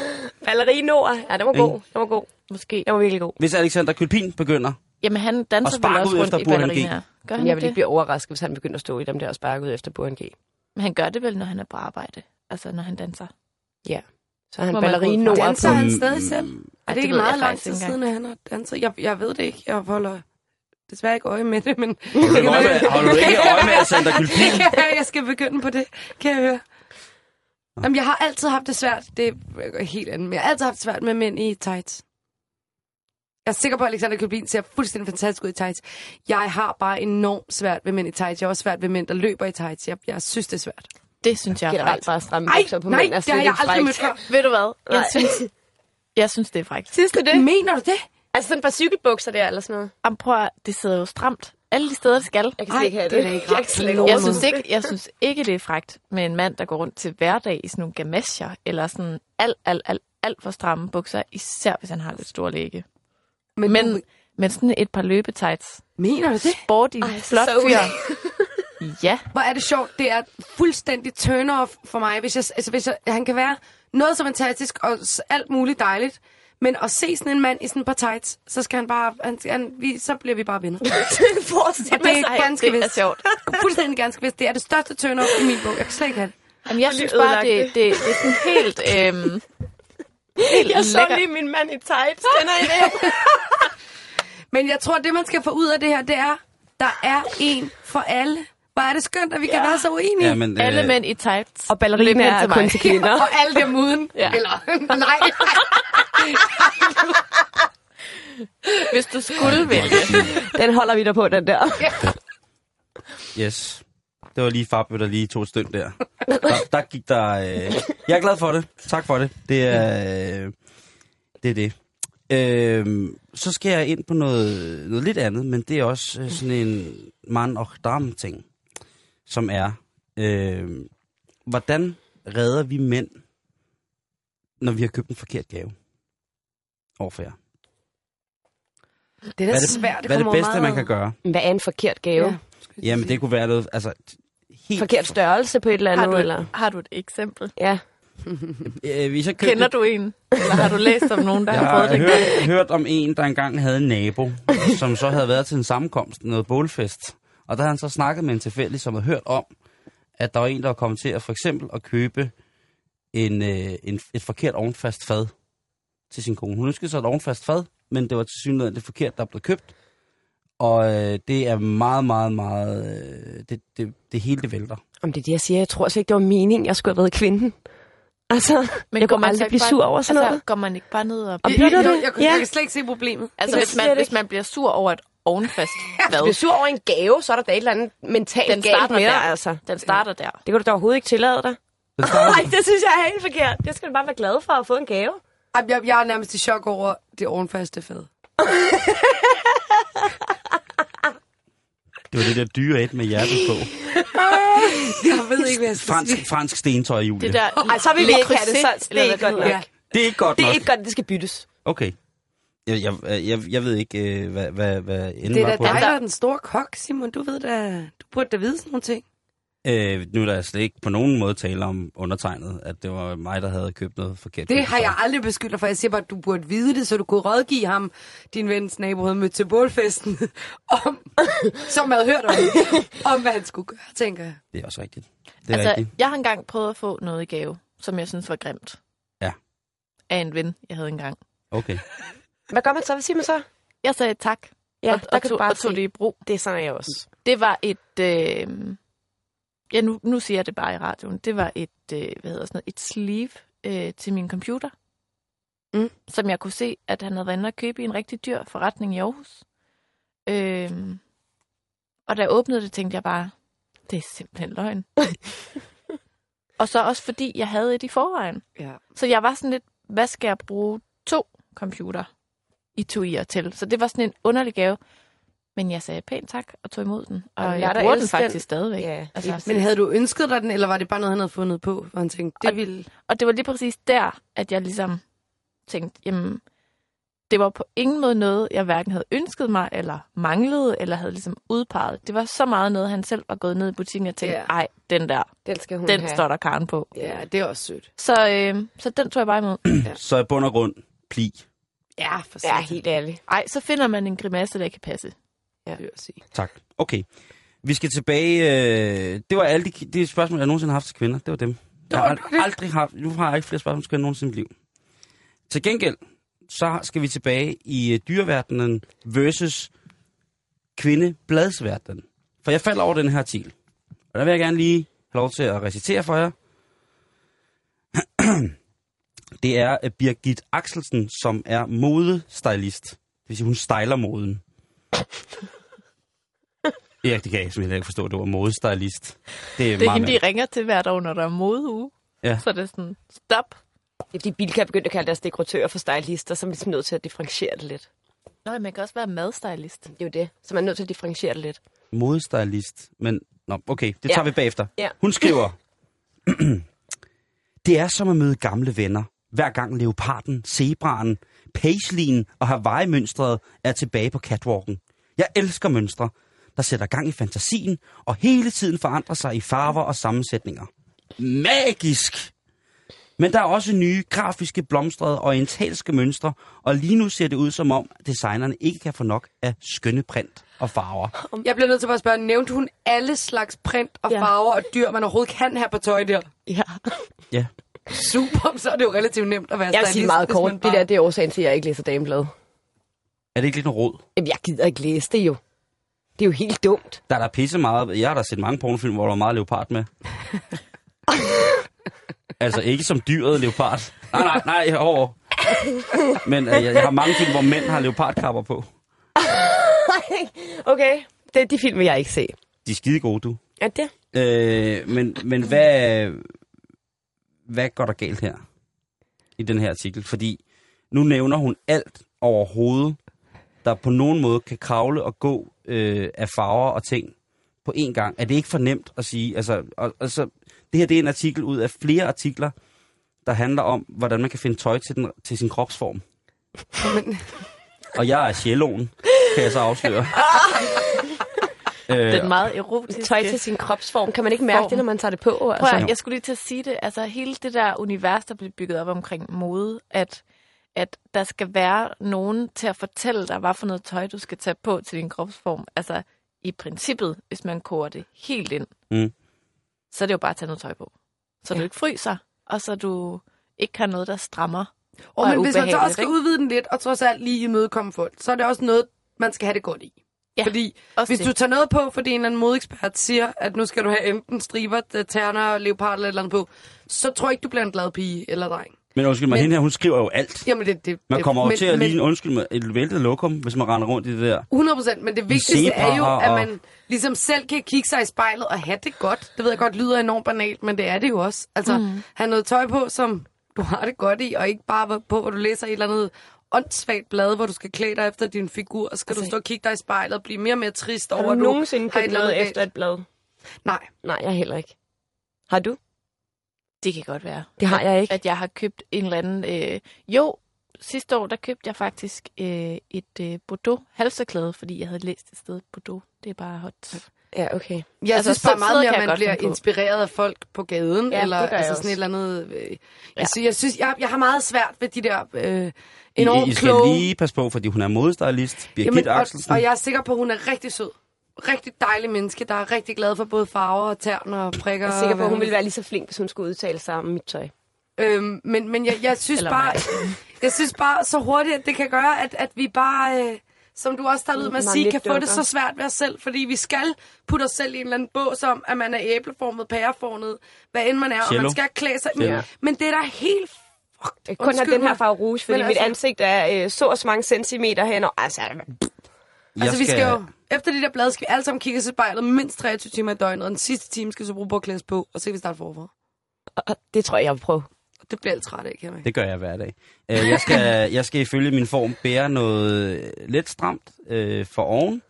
Ballerinoer. Ja, det var god. Det var god.
måske.
Det var virkelig god.
Hvis Alexander Kylpin begynder,
Jamen, han
Og
danser
sparker
vel også
ud
rundt
efter
i
Burhan G.
ballerinaer. Gør han
Men jeg vil
ikke
ikke
det?
blive overrasket, hvis han begynder at stå i dem der og sparke ud efter Burhan G.
Men han gør det vel, når han er på arbejde. Altså, når han danser.
Så er han
Må man gå ud fra.
ballerinoer
Danser
på.
Så er han
Mm,
stadig selv.
mm,
Er
det
det, det ikke
ved
meget
jeg
lang
faktisk
tid
ikke
siden, at han har danset? Jeg, jeg ved det ikke. Jeg holder desværre ikke øje med det, men...
Holder du, øje med, holder du ikke øje med Alexander
Det
Kylpin?
kan være, jeg skal begynde på det, kan jeg høre. Jamen, jeg har altid haft det svært. Det er helt andet, men jeg har altid haft det svært med mænd i tights. Jeg er sikker på, at Alexander Køblin ser fuldstændig fantastisk ud i tights. Jeg har bare enormt svært ved mænd i tights. Jeg har også svært ved mænd, der løber i tights. Jeg, jeg synes, det er svært.
Det synes jeg er frækt.
Generelt bare stramme
Ej,
bukser på
nej,
mænd. er
det
slet
har jeg
ikke
aldrig
frækt.
mødt før.
Ved du hvad? Jeg
Nej.
synes, jeg synes det er frækt.
Synes du det?
Mener du det?
Altså sådan et par cykelbukser der eller sådan noget?
Jamen, prøv at, høre, det sidder jo stramt. Alle de steder, det skal.
Jeg kan
Ej,
slet ikke have
det er
det.
da ikke
Jeg
rart.
kan slet ikke
Lord.
Jeg
overskue
synes, ikke, jeg synes ikke, det er frækt med en mand, der går rundt til hverdag i sådan nogle gamasjer, eller sådan alt, alt, alt, alt for stramme bukser, især hvis han har lidt store lægge.
Men,
Men, men sådan et par løbetights.
mener du det?
Sporty,
Ej, så
flot
sorry.
fyr. Ja,
Hvor er det sjovt. Det er fuldstændig turn-off for mig. Hvis jeg, altså, hvis jeg, han kan være noget så fantastisk og s- alt muligt dejligt. Men at se sådan en mand i sådan et par tights, så skal han bare... Han, han, vi, så bliver vi bare venner.
det. Forestil
Og det er ganske
det er
vist.
sjovt.
Fuldstændig ganske vist. Det er det største turn-off i min bog. Jeg kan slet ikke have det.
Jamen, jeg
Lige
synes bare, det, det,
ødelagt
det er sådan helt... Øhm, helt
Jeg så
lækkert.
lige min mand i tights. Kender I det?
Men jeg tror, det man skal få ud af det her, det er, der er en for alle. Hvor er det skønt, at vi kan være så uenige.
Ja, men,
Alle
øh,
mænd i tights.
Og ballerinaer
Løb hen
er
til
kun
mig.
til kvinder.
Og alle dem uden.
Ja.
Eller, nej.
Hvis du skulle vælge.
Den holder vi der på, den der.
Yes. Det var lige Fabio, der lige tog et stønd der. der, der gik der... Øh... Jeg er glad for det. Tak for det. Det er øh... det. Er det. Øh... Så skal jeg ind på noget, noget lidt andet, men det er også øh, sådan en mand og dam ting, som er, øh... hvordan redder vi mænd, når vi har købt en forkert gave? Overfor jer.
Det er da
Hvad er det-
svært. Det
Hvad er
kommer
det bedste,
meget...
man kan gøre?
Hvad er en forkert gave?
Ja.
Ja.
Jamen, det kunne være noget... Altså, helt...
Forkert størrelse på et eller
Har
andet,
du,
eller?
et, har du et eksempel?
Ja.
Øh, hvis jeg købte...
Kender du en? Eller har du læst om nogen, der
Jeg
har prøvet
har
det?
hørt, hørt om en, der engang havde en nabo, som så havde været til en sammenkomst, noget bålfest. Og der havde han så snakket med en tilfældig, som havde hørt om, at der var en, der var kommet til at for eksempel at købe en, øh, en, et forkert ovnfast fad til sin kone. Hun ønskede sig et ovnfast fad, men det var til synligheden det forkert, der blev købt. Og øh, det er meget, meget, meget... Øh, det, det, det hele, det vælter.
Om det er det, jeg siger. Jeg tror slet ikke, det var meningen, jeg skulle have været kvinden. Altså, Men jeg
går
kunne
man så
aldrig
ikke
blive
bare-
sur over sådan
altså,
noget.
Går man ikke bare ned og...
Om
Jeg,
bytter
jeg,
du?
jeg, jeg, jeg,
Ja.
jeg kan slet ikke se problemet.
Altså,
Det
hvis
slet
man,
ikke.
hvis man bliver sur over et ovenfast
Hvis du er
hvad?
sur over en gave, så er der da et eller andet mentalt
Den
galt
starter
med dig,
der.
altså.
Den starter der.
Det kan du da overhovedet ikke tillade dig.
Den starter-
Nej, det synes jeg er helt forkert. Jeg skal da bare være glad for at have fået en gave.
Ej, Jeg, jeg er nærmest i chok over det ovenfaste fad.
Det var det der dyre et med hjertet på.
Jeg ved ikke, hvad jeg skal sige.
Fransk, fransk stentøj, Julie.
Det
Det,
der...
Ej, så vil vi ikke have det. Så, det er ikke godt nok.
hedder.
det er ikke godt
Det er
nok.
ikke godt, at det skal byttes.
Okay. Jeg, jeg, jeg, jeg ved ikke, øh, hvad, hvad, hvad enden
Det er
var
da
på.
dig, der er den store kok, Simon. Du ved da, du burde da vide sådan nogle ting.
Øh, nu er der slet ikke på nogen måde tale om undertegnet, at det var mig, der havde købt noget forkert.
Det har jeg aldrig beskyldt dig for. Jeg siger bare, at du burde vide det, så du kunne rådgive ham, din vens nabo havde mødt til bålfesten, om, som havde hørt om, om hvad han skulle gøre, tænker jeg.
Det er også rigtigt. Det er altså,
Altså,
rigtigt.
jeg har engang prøvet at få noget i gave, som jeg synes var grimt.
Ja.
Af en ven, jeg havde engang.
Okay.
Hvad gør man så? Hvad siger man så?
Jeg sagde tak,
Ja,
og,
der
og,
kan du
tog,
bare
og tog
se.
det i brug.
Det er sådan, jeg også.
Det var et... Øh, ja, nu, nu siger jeg det bare i radioen. Det var et, øh, hvad hedder sådan noget, et sleeve øh, til min computer.
Mm.
Som jeg kunne se, at han havde været inde og købe i en rigtig dyr forretning i Aarhus. Øh, og da jeg åbnede det, tænkte jeg bare, det er simpelthen løgn. og så også fordi, jeg havde et i forvejen.
Ja.
Så jeg var sådan lidt, hvad skal jeg bruge to computer i tuier til? Så det var sådan en underlig gave. Men jeg sagde pænt tak og tog imod den. Og
Jamen,
jeg,
jeg er da
bruger den
elsker den.
faktisk stadigvæk.
Ja,
altså,
Men havde du ønsket dig den, eller var det bare noget, han havde fundet på, hvor han tænkte, det
Og-
ville...
Og det var lige præcis der, at jeg ligesom tænkte, jamen, det var på ingen måde noget, jeg hverken havde ønsket mig, eller manglede, eller havde ligesom udpeget. Det var så meget noget, han selv var gået ned i butikken og tænkte,
Ja.
ej, den der,
Den skal hun
den
have.
står der karen på.
Ja, det er også sødt.
Så, øh, så den tog jeg bare imod.
Så i bund og grund, pli.
Ja, for
Ja,
satan.
helt ærligt.
Ej, så finder man en grimasse, der ikke kan passe.
Det vil jeg sige.
Tak. Okay. Vi skal tilbage. Øh, det var alle de, de spørgsmål, jeg nogensinde har haft til kvinder. Det var dem. Jeg har aldrig, aldrig haft, nu har jeg ikke flere spørgsmål til kvinder nogensinde i mit liv. Til gengæld, så skal vi tilbage i øh, dyreverdenen versus kvindebladsverdenen. For jeg faldt over den her artikel. Og der vil jeg gerne lige have lov til at recitere for jer. Det er øh, Birgit Axelsen, som er modestylist. Det vil sige, hun styler moden. Ja, det kan jeg simpelthen ikke forstå. Det var modestylist. Det er,
Det er
meget
hende, de ringer til hvert år, når der er modeuge.
Ja.
Så er det sådan, stop.
Det er fordi Bilka er begyndt at kalde deres dekoratører for stylister, så man er ligesom nødt til at differentiere det lidt.
Nå, man kan også være madstylist.
Det er jo det. Så man er nødt til at differentiere det lidt.
modestylist, men nå, okay, det
Ja.
tager vi bagefter.
Ja.
Hun skriver, det er som at møde gamle venner, hver gang leoparden, zebraen, paisleyen og Hawaii-mønstret er tilbage på catwalken. Jeg elsker mønstre, der sætter gang i fantasien og hele tiden forandrer sig i farver og sammensætninger. Magisk! Men der er også nye grafiske, blomstrede og orientalske mønstre, og lige nu ser det ud som om, designerne ikke kan få nok af skønne print og farver.
Jeg bliver nødt til bare at spørge, nævnte hun alle slags print og
Ja.
farver og dyr, man overhovedet kan have på tøj der?
Ja.
Ja.
Super, så er det jo relativt nemt at være
Jeg vil sige meget
hvis
kort.
man
Det
bare-
der, det er årsagen til, at jeg ikke læser dameblad.
Er det ikke lidt noget råd?
Jamen, jeg gider ikke læse det jo. Det er jo helt dumt.
Der er der pisse meget. Jeg har da set mange pornofilm, hvor der var meget leopard med. altså ikke som dyret leopard. Nej, nej, nej, over. Men øh, jeg, jeg har mange film, hvor mænd har leopardkapper på.
okay, det er de film, vil jeg ikke se.
De er skide gode, du.
Er det?
Øh, men men hvad, hvad går der galt her i den her artikel? Fordi nu nævner hun alt overhovedet, der på nogen måde kan kravle og gå øh, af farver og ting på én gang. Er det ikke for nemt at sige? Altså, og, og så, det her det er en artikel ud af flere artikler, der handler om, hvordan man kan finde tøj til, den, til sin kropsform.
Men,
Og jeg er sjælåen, kan jeg så afsløre.
Den
øh,
meget erotiske.
Tøj til sin kropsform. Kan man ikke mærke
Form.
det, når man tager det på?
Prøv
Altså?
at, jeg skulle lige til at sige det. Altså hele det der univers, der bliver bygget op omkring mode, at, at der skal være nogen til at fortælle dig, hvad for noget tøj, du skal tage på til din kropsform. Altså i princippet, hvis man koger det helt ind,
Mm.
så er det jo bare at tage noget tøj på. Så ja. du ikke fryser, og så du ikke har noget, der strammer.
og men hvis man så
ubehageligt,
også skal
ikke?
udvide den lidt, og trods alt lige imødekomme folk, så er det også noget, man skal have det godt i.
Ja,
Fordi
Også
hvis du tager noget på, fordi en eller anden modekspert siger, at nu skal du have enten striber, terner, leopard eller et eller andet på, så tror jeg ikke, du bliver en glad pige eller dreng.
men undskyld mig,
men-
hende her, hun skriver jo alt.
Jamen, det, det,
Man
det-
kommer jo
Øh, men-
til at
men-
ligne, undskyld mig, et væltet lokum, hvis man render rundt i det der.
100 procent, men det vigtigste er jo,
zebraer
at
og-
man ligesom selv kan kigge sig i spejlet og have det godt. Det ved jeg godt lyder enormt banalt, men det er det jo også. Altså, mm. have noget tøj på, som du har det godt i, og ikke bare hvor- på, hvor du læser et eller andet åndssvagt blad, hvor du skal klæde dig efter din figur, og skal altså, du stå og kigge dig i spejlet og blive mere og mere trist over,
Har du
at du
nogensinde
har et
købt
eller andet
noget
galt?
efter et blad?
Nej.
Nej, jeg heller ikke. Har du?
Det kan godt være.
Det har jeg ikke.
at jeg har købt en eller anden... Øh, jo, sidste år, der købte jeg faktisk øh, et øh, Bordeaux halsterklæde, fordi jeg havde læst et sted Bordeaux. Det er bare hot.
Ja, okay.
Jeg altså,
Altså,
synes bare
sådan noget
meget
kan
mere, man
jeg godt
bliver
finde på.
inspireret af folk på gaden,
Ja,
ja,
det
eller
gør jeg
altså
også.
sådan et eller andet... Øh, jeg,
Ja.
synes, jeg, synes, jeg, jeg har meget svært ved de der øh,
I,
enormt
I skal
kloge...
lige passe på, fordi hun er modestylist, Birgit
Jamen,
Jamen,
og,
Axelsen.
og jeg er sikker på, at hun er rigtig sød. Rigtig dejlig menneske, der er rigtig glad for både farver og tern og prikker.
Jeg er sikker på, at hun
vil
ville være lige så flink, hvis hun skulle udtale sig om mit tøj.
Øhm, men men jeg, jeg synes
Eller
bare, jeg synes bare så hurtigt, at det kan gøre, at, at vi bare, øh, som du også startede med at
Mange
sige,
lidt
kan få det
dukker.
så svært ved os selv, fordi vi skal putte os selv i en eller anden bås om, at man er æbleformet, pæreformet, hvad end man er, og
Cello.
man skal klæde sig.
Cello.
Men, men det er da helt fucked.
Jeg kun har den her
mig.
farve rouge, fordi
Men
mit
altså-
ansigt er øh, så og så mange centimeter hen. Og, altså, er det-
jeg
Altså, vi skal jo, efter de der blade, skal vi alle sammen kigge os i spejlet mindst 23 timer i døgnet, og den sidste time skal vi så bruge på at klæde os på, og så kan vi starte forfra.
og det tror jeg, jeg vil prøve.
Og det bliver alt træt af, kan jeg
Det gør jeg hver dag. Øh, jeg, skal, jeg skal ifølge min form bære noget lidt stramt øh, for oven,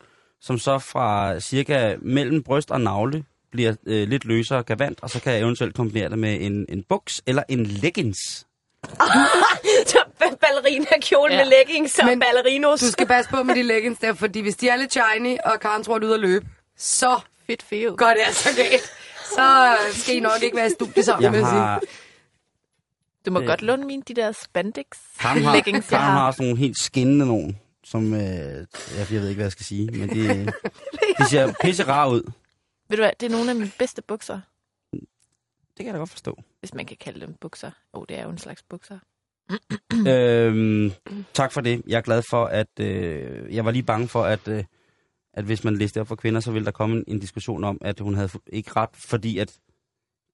som så fra cirka mellem bryst og navle bliver øh, lidt løsere gavant, og så kan jeg eventuelt kombinere det med en, en buks eller en leggings.
Så ballerina kjole ja. med leggings og
Men
ballerinos.
Du skal passe på med de leggings der, fordi hvis de er lidt shiny, og Karen tror, du er ude at løbe, så
Fedt feo.
går det altså galt. Så øh, skal I nok ikke være i studiet sammen,
Jeg
vil jeg sige.
har,
Du må
Øh.
øh. godt låne mine de der spandex.
Karen har,
leggings, jeg
Karen
har.
har sådan nogle helt skinnende nogen, som øh, jeg, jeg ved ikke, hvad jeg skal sige, men de, de ser pisse rar ud.
Ved du hvad, det er nogle af mine bedste bukser,
Det kan jeg da godt forstå.
hvis man kan kalde dem bukser. Åh, oh, det er jo en slags bukser.
øhm, tak for det. Jeg er glad for, at... Øh, jeg var lige bange for, at, øh, at hvis man læste op for kvinder, så ville der komme en, en diskussion om, at hun havde fu- ikke ret, fordi at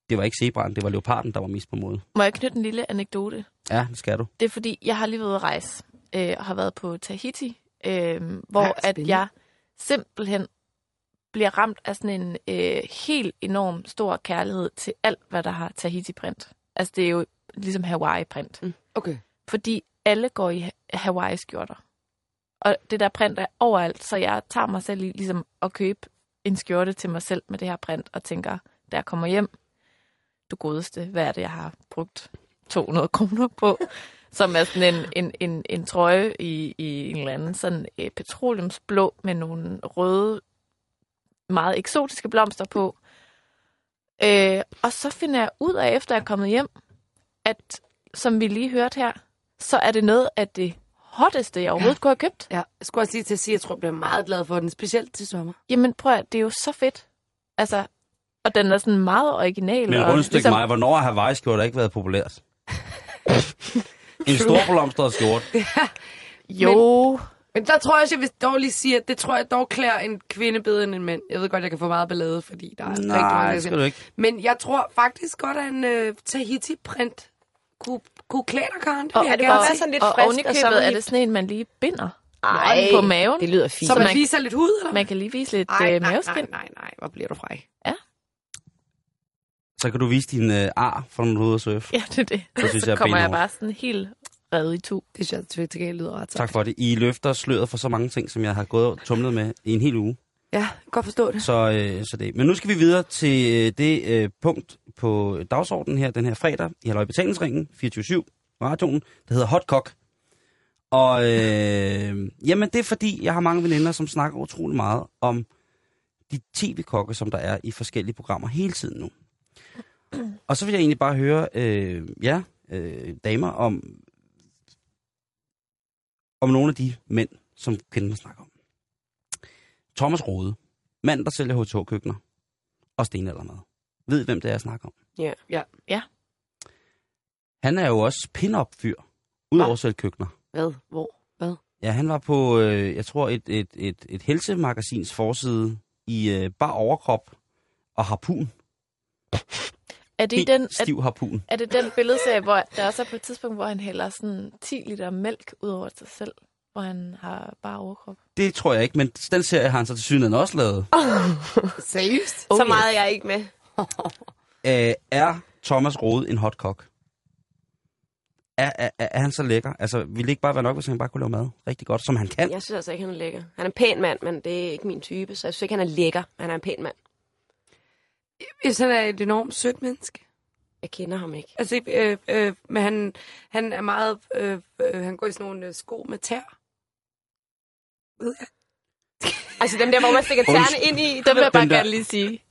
det var ikke zebraen, det var leoparden, der var mest på mode.
Må jeg knytte en lille anekdote?
Ja, det skal du.
Det er fordi, jeg har lige været ude at rejse, øh, og har været på Tahiti, øh, hvor
Ej,
Ej, at
spændende.
jeg simpelthen bliver ramt af sådan en øh, helt enorm stor kærlighed til alt, hvad der har Tahiti-print. Altså, det er jo ligesom Hawaii-print. Mm.
Okay.
Fordi alle går i ha- Hawaii-skjorter. Og det der print er overalt, så jeg tager mig selv i ligesom at købe en skjorte til mig selv med det her print, og tænker, da jeg kommer hjem, du godeste, hvad er det, jeg har brugt 200 kroner på? som er sådan en, en, en, en trøje i, i en eller anden sådan øh, petroleumsblå med nogle røde, meget eksotiske blomster på. Øh, og så finder jeg ud af, efter jeg er kommet hjem, at som vi lige hørte her, så er det noget af det hotteste, jeg overhovedet ja. kunne have købt.
Ja, jeg skulle også lige til at sige, at jeg tror, jeg bliver meget glad for den, specielt til sommer.
Jamen prøv at, det er jo så fedt. Altså, og den er sådan meget original.
Men
og
rundstykke ligesom... mig, hvornår har Hawaii-skjorter ikke været populært? en stor blomstret skjorte.
Jo, men,
Men der tror jeg også, jeg vil dog lige sige, at det tror jeg dog klæder en kvinde bedre end en mand. Jeg ved godt, jeg kan få meget ballade, fordi der er rigtig
Nej,
mange,
det
der
skal du
siger.
ikke.
Men jeg tror faktisk godt, at en øh, Tahiti-print kunne, kunne klæde dig, Karen. Det
og,
vil jeg
er det
gerne
bare,
se.
være sådan lidt
og
frisk og
ovenikøbet er
sommerligt?
det sådan en, man lige binder.
Ej,
på maven.
Det lyder fint.
Så
Så
man
man-
viser lidt hud, eller?
Man kan lige vise lidt
Ej,
øh,
nej, nej,
maveskin.
nej, nej, hvor bliver du fræk.
Ja.
så kan du vise din øh, ar, for når du er ude at surfe.
Ja, det er det.
Det synes
så
jeg er
kommer jeg
benhårdt.
bare sådan helt reddet i tu.
Det synes jeg til gengæld lyder ret
Tak for det. I løfter sløret for så mange ting, som jeg har gået og tumlet med i en hel uge.
Ja, jeg kan godt forstå det.
Så, øh, så det. Men nu skal vi videre til øh, det øh, punkt på dagsordenen her, den her fredag, i Halløj Betalingsringen, 24-7, radioen, der hedder Hot Cock. Og øh, jamen, det er fordi, jeg har mange veninder, som snakker utrolig meget om de tv-kokke, som der er i forskellige programmer hele tiden nu. Og så vil jeg egentlig bare høre øh, jer, øh, damer, om, om nogle af de mænd, som kvinderne snakker om. Thomas Rode, mand, der sælger H2-køkkener og stenaldermad. Ved I, hvem det er, jeg snakker om?
Ja.
Ja.
Ja.
Han er jo også pin-up-fyr, udover
Hva?
at sælge køkkener.
Hvad? Hvor? Hvad?
Ja, han var på, øh, jeg tror, et, et, et, et helsemagansins forside i øh, bare overkrop og harpun.
Er det, i
Helt
den, er,
stiv harpun.
er det den billedserie, hvor der også er på et tidspunkt, hvor han hælder sådan 10 liter mælk ud over sig selv, hvor han har bare overkrop?
Det tror jeg ikke, men den serie har han så til synligheden også lavet.
Seriøst?
Oh, så meget er jeg ikke med.
Øh, er Thomas Rode en hotkok? Er, er, er, er han så lækker? Altså, ville det ikke bare være nok, hvis han bare kunne lave mad rigtig godt, som han kan?
Jeg synes altså ikke, han er lækker. Han er en pæn mand, men det er ikke min type, så jeg synes ikke, han er lækker. men Han er en pæn mand.
Jeg synes, han er et enormt sødt menneske.
Jeg kender ham ikke.
Altså, øh, øh, men han, han er meget... Øh, øh, han går i sådan nogle øh, sko med tær.
Altså dem der, hvor man stikker tærne ind i.
Dem vil jeg bare
den der-
gerne lige sige,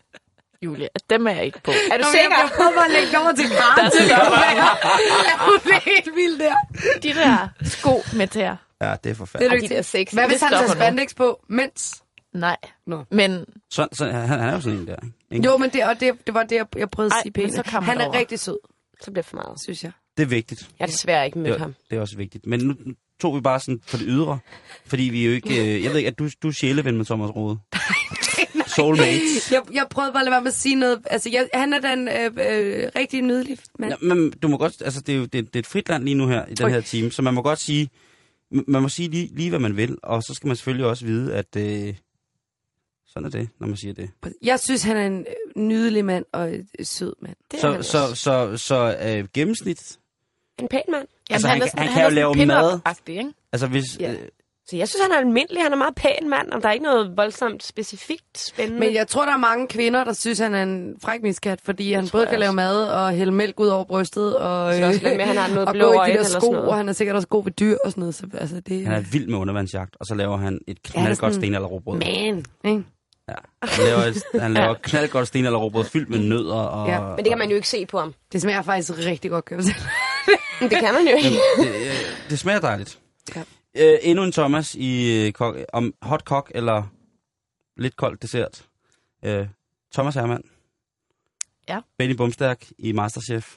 Julie, at dem er jeg ikke på.
Er du
Nå, men
sikker?
Jeg, jeg prøver bare at lægge det over til Karen. Der det er helt vildt der.
De der sko med tæer.
Ja, det er
Det er
forfærdeligt.
du
Ej,
ikke
de der
til.
sexy.
Hvad hvis
Det
han tager
stopper nu.
spandex på, mens...
Nej.
Nå.
Men
Så, så, han, han er jo sådan en der, ikke? ikke?
Jo, men det, og det, det var det, jeg, jeg prøvede at
Ej,
sige
men
pænt.
så kom
Han
det
er
over.
rigtig sød,
Så bliver det for meget.
synes jeg.
Det er vigtigt.
Jeg har desværre ikke mødt
Ja.
ham.
Det er også vigtigt. Men nu nu tog vi bare sådan for det ydre. Fordi vi er jo ikke... Øh, jeg ved ikke, at du, du er sjæleven med Thomas Rode. Soulmate.
Jeg, jeg prøvede bare at lade være med at sige noget. Altså, jeg, han er den øh, øh, rigtig nydelig mand.
Ja, men du må godt... Altså, det er jo det, det er et frit land lige nu her, i den her time. Så man må godt sige... m- Man må sige lige, lige, hvad man vil. Og så skal man selvfølgelig også vide, at... Øh, sådan er det, når man siger det.
Jeg synes, han er en øh, nydelig mand og et øh, sød mand.
Det er
Så,
han
så,
også.
så, så øh, gennemsnit...
En pæn mand.
jamen,
Altså, han
er
kan-
sådan,
han kan jo lave mad.
Agtig, ikke?
Altså, hvis...
Ja.
Øh,
Så jeg synes, han er almindelig. Han er meget pæn mand, og der er ikke noget voldsomt specifikt spændende.
Men jeg tror, der er mange kvinder, der synes, han er en fræk miskat, fordi han
tror
både
jeg
kan lave
også.
mad og hælde mælk ud over brystet, og, øh,
Så også lidt med, at han har noget
og
blå
gå i
øjne
de der
eller
sko,
sådan noget.
og han er sikkert også god ved dyr og sådan noget. Så, altså, det,
han er vild med undervandsjagt, og så laver han et
Ja, han er
knaldgodt
sådan-
stenalderrobrød.
man. Ikke?
Ja. Han laver, et, han laver knaldgodt stenalderrobrød fyldt med nødder og...
Ja,
Men det kan man jo ikke se på ham.
Det smager faktisk rigtig godt købt.
Men det kan man jo ikke.
det, øh, det smager dejligt.
Ja.
Ja. Øh, endnu en Thomas i øh, kok, om hot kok eller lidt koldt dessert. Øh, Thomas Hermann.
Ja.
Benny Bumstærk i Masterchef.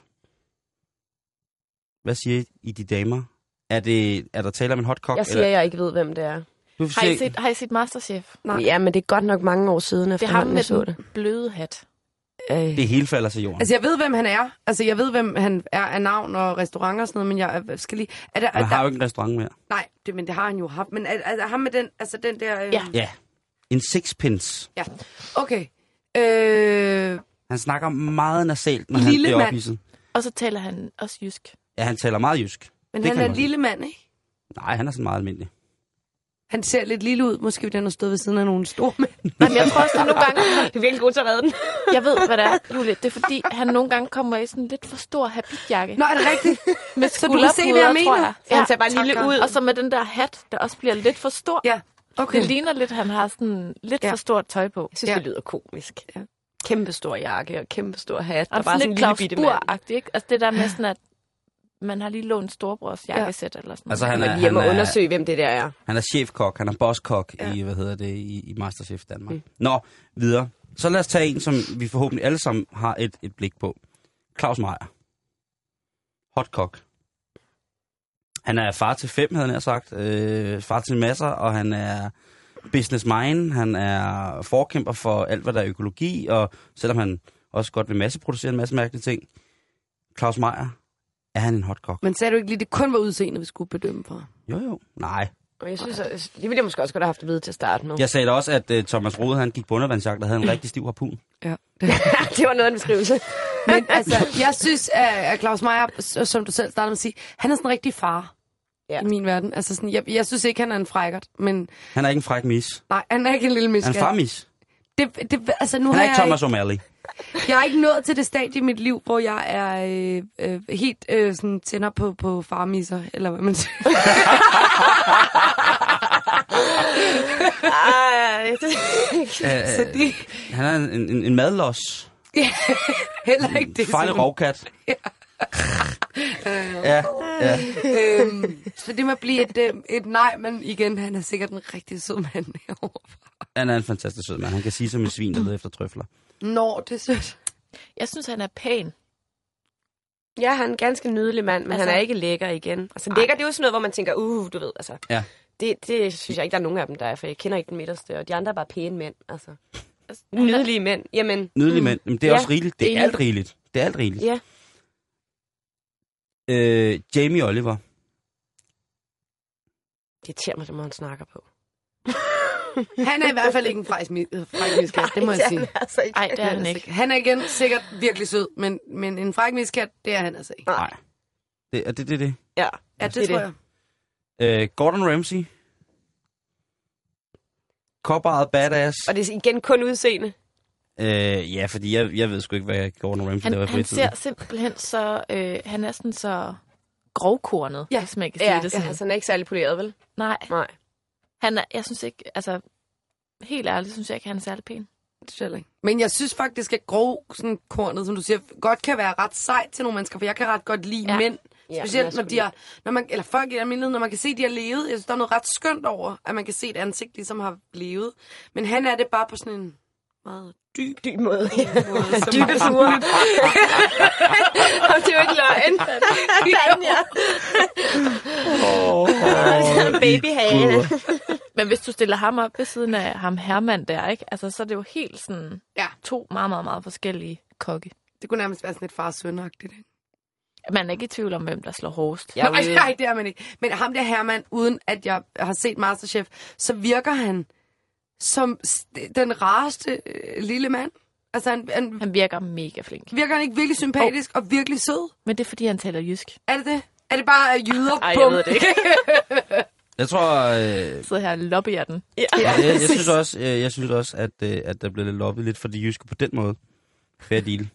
Hvad siger I de damer? Er, det, er der tale om en hot kok?
Jeg siger, at jeg ikke ved, hvem det er.
du
Har I set, har I set Masterchef?
Nej.
Ja, men det er godt nok mange år siden,
Det er ham
efterhånden,
med
jeg så det.
den bløde hat.
Øh.
Det hele falder til jorden. Altså,
Altså, jeg ved, hvem han er. Altså, jeg ved, hvem han er af navn og restaurant og sådan noget, men jeg øh, skal lige... Er der,
Man
er der,
har jo ikke en restaurant mere.
Nej, det, men det har han jo haft. Men er, er, er ham med den, altså den der... Øh,
Ja.
Ja. En sixpence.
ja. Okay. Øh,
Han snakker meget nasalt, når
Lille
han bliver
mand.
ophisset.
Og så taler han også jysk.
Ja, han taler meget jysk.
men
Det
han
kan
er en
man
lille mand, ikke?
Nej, han er sådan meget almindelig.
Han ser lidt lille ud. Måske fordi han har stået ved siden af nogle store mænd.
Nej, men jeg tror også, at nogle gange...
Du er virkelig god til at redde den.
Jeg ved, hvad det er, Julie. Det er fordi, han nogle gange kommer i sådan en lidt for stor habitjakke.
Nå, er det rigtigt?
med
så du kan se, hvad jeg
skulderpuder, tror
mener.
Så han ser bare lille
tak,
ud.
Og så med den der hat, der også bliver lidt for stor.
Ja. Okay.
Det ligner lidt, han har sådan lidt
Ja.
ja. for stort tøj på.
Jeg synes,
Ja.
ja. det lyder komisk. Ja. Kæmpe stor jakke og kæmpe stor hat.
Og bare lidt Claus Burr-agtig, ikke? Altså det der med sådan, at man har lige lånt storebrors jakkesæt eller sådan
Altså,
noget.
han er,
Man hjemme og
han er,
undersøge, hvem det der er.
Han er chefkok, han er bosskok ja. i, hvad hedder det, i, i Masterchef Danmark. Mm. Nå, videre. Så lad os tage en, som vi forhåbentlig alle sammen har et, et blik på. Claus Meier. Hotkok. Han er far til fem, havde han nær sagt. Øh, far til masser, og han er business mind. Han er forkæmper for alt, hvad der er økologi, og selvom han også godt vil masseproducere en masse mærkelige ting. Claus Meier, er han en hotkok?
Men sagde du ikke lige, det kun var udseendet, vi skulle bedømme fra?
Jo, jo. Nej.
Og jeg synes, at, det ville jeg måske også godt have haft at vide til at starte nu.
Jeg sagde da også, øh, at uh, Thomas Rode, han gik på undervandsjagt og havde en rigtig stiv harpun.
Ja.
det var noget af en beskrivelse.
Men altså, jeg synes, at Claus Meier, s- som du selv startede med at sige, han er sådan en rigtig far
Ja.
ja. i min verden. Altså sådan, jeg, jeg synes ikke, han er en frækkert, men
Han er ikke en fræk mis.
nej, han er ikke en lille
Han
miskat.
er en farmis.
Det, det, altså, nu
Han
har
er ikke
jeg,
Thomas O'Malley.
jeg er ikke nået til det stadie i mit liv, hvor jeg er øh, øh, helt øh, sådan, tænder på, på farmisser, eller hvad man siger.
Ej, det,
Så
Øh,
det
han er en, en, en madlos.
heller ikke det.
Fejl
som-
rovkat. ja, ja.
øhm, så det må blive et, øh, et nej, men igen, han er sikkert en rigtig sød mand herovre.
Han er en fantastisk sød mand. Han kan sige som et svin, der leder efter trøfler.
Nå, det er sødt.
Jeg synes, han er pæn.
ja, han er en ganske nydelig mand, men altså,
Altså-
han er ikke lækker igen. Altså, lækker, det er jo sådan noget, hvor man tænker, uh, du ved, altså.
Ja.
Det, det synes jeg ikke, der er nogen af dem, der er, for jeg kender ikke den midterste, og de andre er bare pæne mænd, altså. Nydelige mænd. Jamen,
Nydelig mand. Men det er
Ja,
også rigeligt. Det er
enig.
alt rigeligt. Det er alt rigeligt.
ja.
Øh, Jamie Oliver.
Det irriterer mig, det må han snakker på.
Han er i hvert fald ikke en fræk mi- øh, fræk miskat, det må jeg sige.
Altså ikke.
Nej, det er han
altså
ikke.
Han er igen sikkert virkelig sød, men, men en fræk miskat, det er han altså ikke.
Nej. Det er det, det, er det.
Ja,
Ja, det,
er
tror jeg.
Øh, Gordon Ramsay. Kopparet badass.
Og det er igen kun udseende.
Øh, ja, fordi jeg, jeg ved sgu ikke, hvad Gordon Ramsay
Han,
laver i
han
fritiden.
ser simpelthen så... Øh, han er sådan så grovkornet, ja.
Ja.
hvis man kan sige
Ja,
det
ja,
sådan.
altså han er ikke særlig poleret, vel?
Nej,
Nej.
han er, jeg synes ikke... Altså, helt ærligt, synes jeg ikke, han er særlig pæn.
Det synes jeg heller ikke. Men jeg synes faktisk, at grov sådan kornet, som du siger, godt kan være ret sejt til nogle mennesker, for jeg kan ret godt lide
Ja.
ja. mænd.
Ja,
Specielt
men
når
jeg
de har, når man, eller folk i almindelighed, når man kan se, de har levet. Jeg synes, der er noget ret skønt over, at man kan se et ansigt, ligesom har levet. Men han er det bare på sådan en meget dyb
Dyb måde.
måde. som-
Dybest muligt. Og det er jo ikke løgn. Fanden, ja.
Åh, åh,
babyhale.
i kur.
Men hvis du stiller ham op ved siden af ham Herman der, ikke? Altså, så er det jo helt sådan
Ja.
to meget, meget, meget forskellige kokke.
Det kunne nærmest være sådan lidt far søn ikke?
Man er ikke i tvivl om, hvem der slår hårdest.
Jeg
Nej,
vil-
nej, det er man ikke. Men ham der Herman, uden at jeg har set Masterchef, så virker han som st- den rareste øh, lille mand. Altså, han, han
Han virker mega flink.
virker han ikke virkelig sympatisk oh. og virkelig sød?
Men det er, fordi han taler jysk.
Er det det? Er det bare øh, jyder?
Ej, jeg
Bum.
ved det ikke.
Jeg tror, øh,
Jeg sidder her og lobbyer den.
Ja, jeg, jeg, synes også, jeg, jeg synes også, at, øh, at der bliver lidt loppet lidt for de jyske på den måde. Fair deal.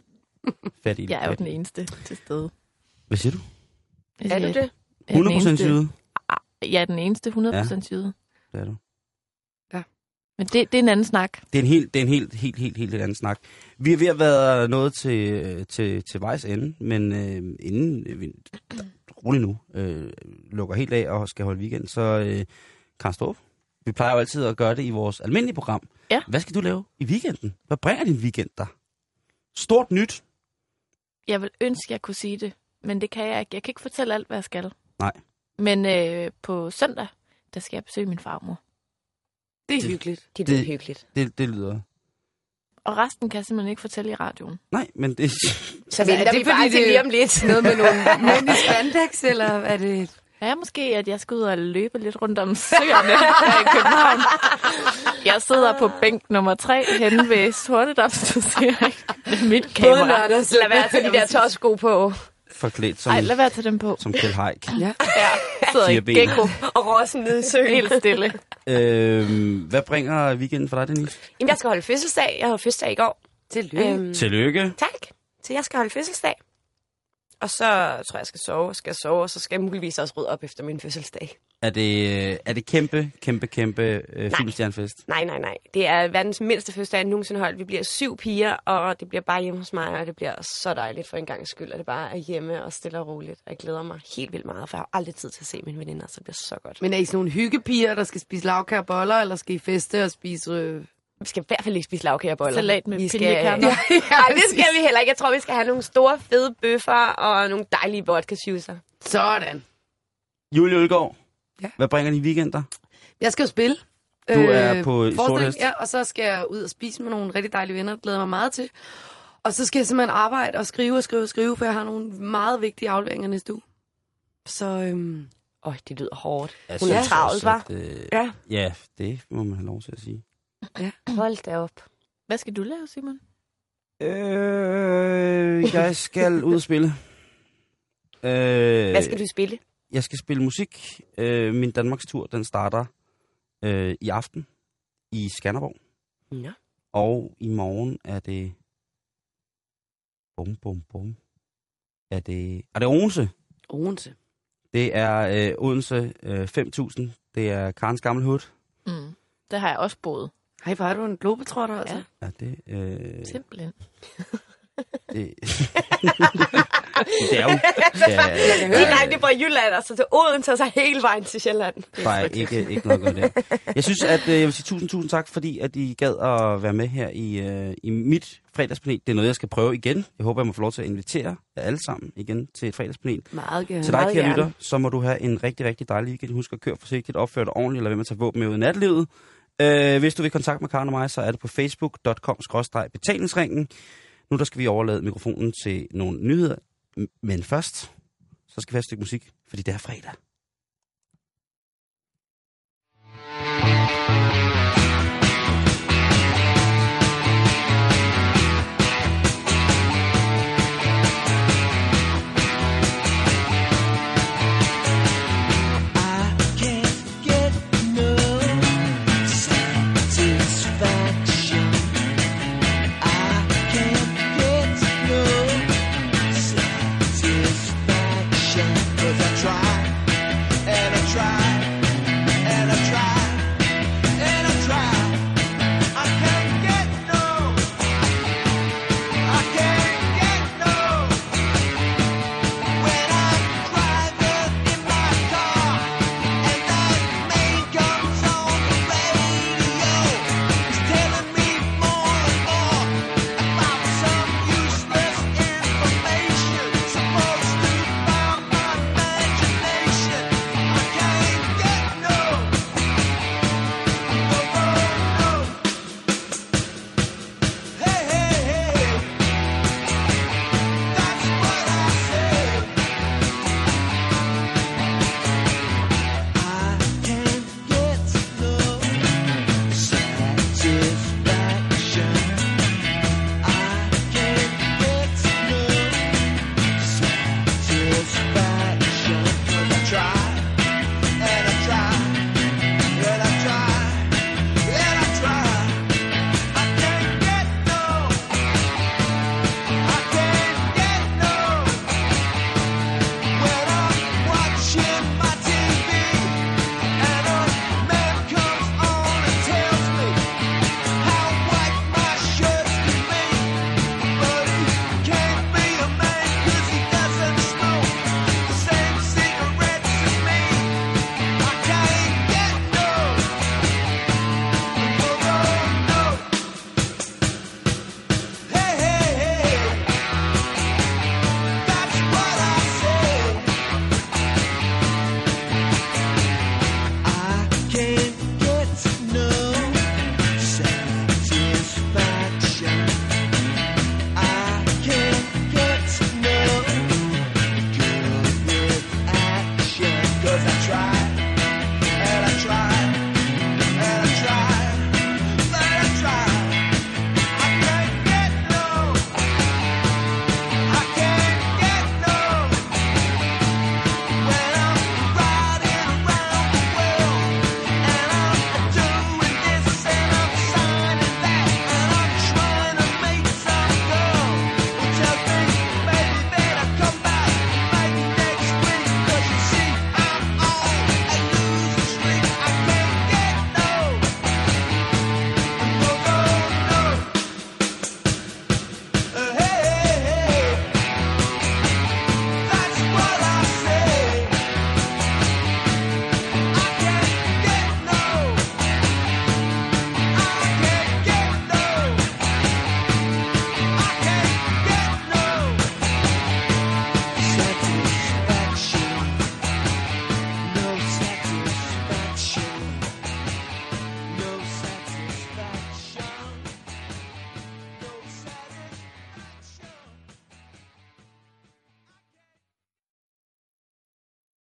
Fair deal.
Jeg er jo
Fair
den
deal.
eneste til stede. Øh,
Hvad siger du?
Jeg
Er
siger,
du det?
jeg er den
100%
eneste-
syde?
Jeg er den eneste 100% jyde.
Det er du.
Men det, det er en anden snak.
Det er en helt, det er en helt, helt, helt, helt, helt anden snak. Vi er ved at være nået til, øh, til, til vejs ende, men øh, inden vi roligt nu øh, lukker helt af og skal holde weekend, så øh, Karen Storff, vi plejer jo altid at gøre det i vores almindelige program.
Ja.
Hvad skal du lave i weekenden? Hvad bringer din weekend dig? Stort nyt.
Jeg vil ønske, jeg kunne sige det, men det kan jeg ikke. Jeg kan ikke fortælle alt, hvad jeg skal.
Nej.
Men øh, på søndag, der skal jeg besøge min farmor.
Det er hyggeligt.
Det er
Det-
lidt hyggeligt.
Det, det lyder...
Og resten kan jeg simpelthen ikke fortælle i radioen.
Nej, men det...
Så altså, venter
er det
vi bare
fordi,
til
det-
lige om lidt.
Noget med nogle mænd i spandex, eller er det...
Ja, måske, at jeg skal ud og løbe lidt rundt om søerne her i København. Jeg sidder på bænk nummer tre henne ved Sortedamsmuseet med mit kamera.
Lørdags. Lad være til de der tåsko på.
forklædt som,
Ej, lad være at tage dem på.
som Kjell Haik.
Ja.
Ja, sidder i
Fire ben.
gecko,
Og rossen nede i søen.
helt stille.
Øhm, hvad bringer weekenden for dig, Denise?
Jamen, jeg skal holde fødselsdag. Jeg havde fødselsdag i går.
Tillykke.
Øhm,
Tillykke.
tak. Så jeg skal holde fødselsdag. Og så tror jeg, jeg skal sove, skal sove, og så skal jeg muligvis også rydde op efter min fødselsdag.
Er det, øh, er det kæmpe, kæmpe, kæmpe øh, filmstjernefest?
Nej, nej, nej. Det er verdens mindste fødselsdag, jeg nogensinde har holdt. Vi bliver syv piger, og det bliver bare hjemme hos mig, og det bliver så dejligt for en gang skyld, at det bare er hjemme og stille og roligt. Og jeg glæder mig helt vildt meget, for jeg har aldrig tid til at se mine veninder, så det bliver så godt.
Men er I sådan nogle hyggepiger, der skal spise lavkage og boller, eller skal I feste og spise... Øh...
Vi skal i hvert fald ikke spise lavkageboller.
Salat med
vi
pinjekerner.
Nej, det skal vi heller ikke. Jeg tror, vi skal have nogle store, fede bøffer og nogle dejlige vodka juicer.
Sådan.
Julie Ølgaard,
Ja.
hvad bringer din weekend dig?
Jeg skal jo spille. Øh,
Du er på i
forestilling,
Sorthest.
Ja, og så skal jeg ud og spise med nogle rigtig dejlige venner, det glæder jeg mig meget til. Og så skal jeg simpelthen arbejde og skrive og skrive og skrive, for jeg har nogle meget vigtige afleveringer næste uge. Så øhm,
Åh, oh, det lyder hårdt.
Jeg
Hun er
synes
travl,
også,
hva'?
at, øh,
Ja.
Ja, det må man have lov til at sige.
Hold da op.
Hvad skal du lave, Simon?
Øh, jeg skal ud og spille. Øh,
Hvad skal du spille?
Jeg skal spille musik. Øh, min Danmarks tur, den starter øh, i aften i Skanderborg.
Nå.
Og i morgen er det... Bum, bum, bum. Er det... Er det Odense?
Odense.
Det er øh, Odense øh, 5000. Det er Karens Gammel Hud.
Mm. Det har jeg også boet.
Hej, hvor er du en globetrotter, altså?
Ja.
Er det... Øh,
Simpelthen.
det... det er jo... Det er,
Lige langt det fra Jylland, altså til Odense, og så hele vejen til Sjælland.
Nej, ikke, ikke noget godt der. Jeg synes, at øh, jeg vil sige tusind, tusind tak, fordi at I gad at være med her i, øh, i mit fredagspanel. Det er noget, jeg skal prøve igen. Jeg håber, jeg må få lov til at invitere jer alle sammen igen til et fredagspanel.
Meget gerne.
Til dig,
meget
kære
gerne.
lytter, så må du have en rigtig, rigtig dejlig weekend. Husk at køre forsigtigt, opføre dig ordentligt, eller hvem man tager våben med ud i nattelivet. Øh, hvis du vil kontakte med Karen og mig, så er det på facebook.com-betalingsringen. Nu der skal vi overlade mikrofonen til nogle nyheder, M- men først, så skal vi have et stykke musik, fordi det er fredag.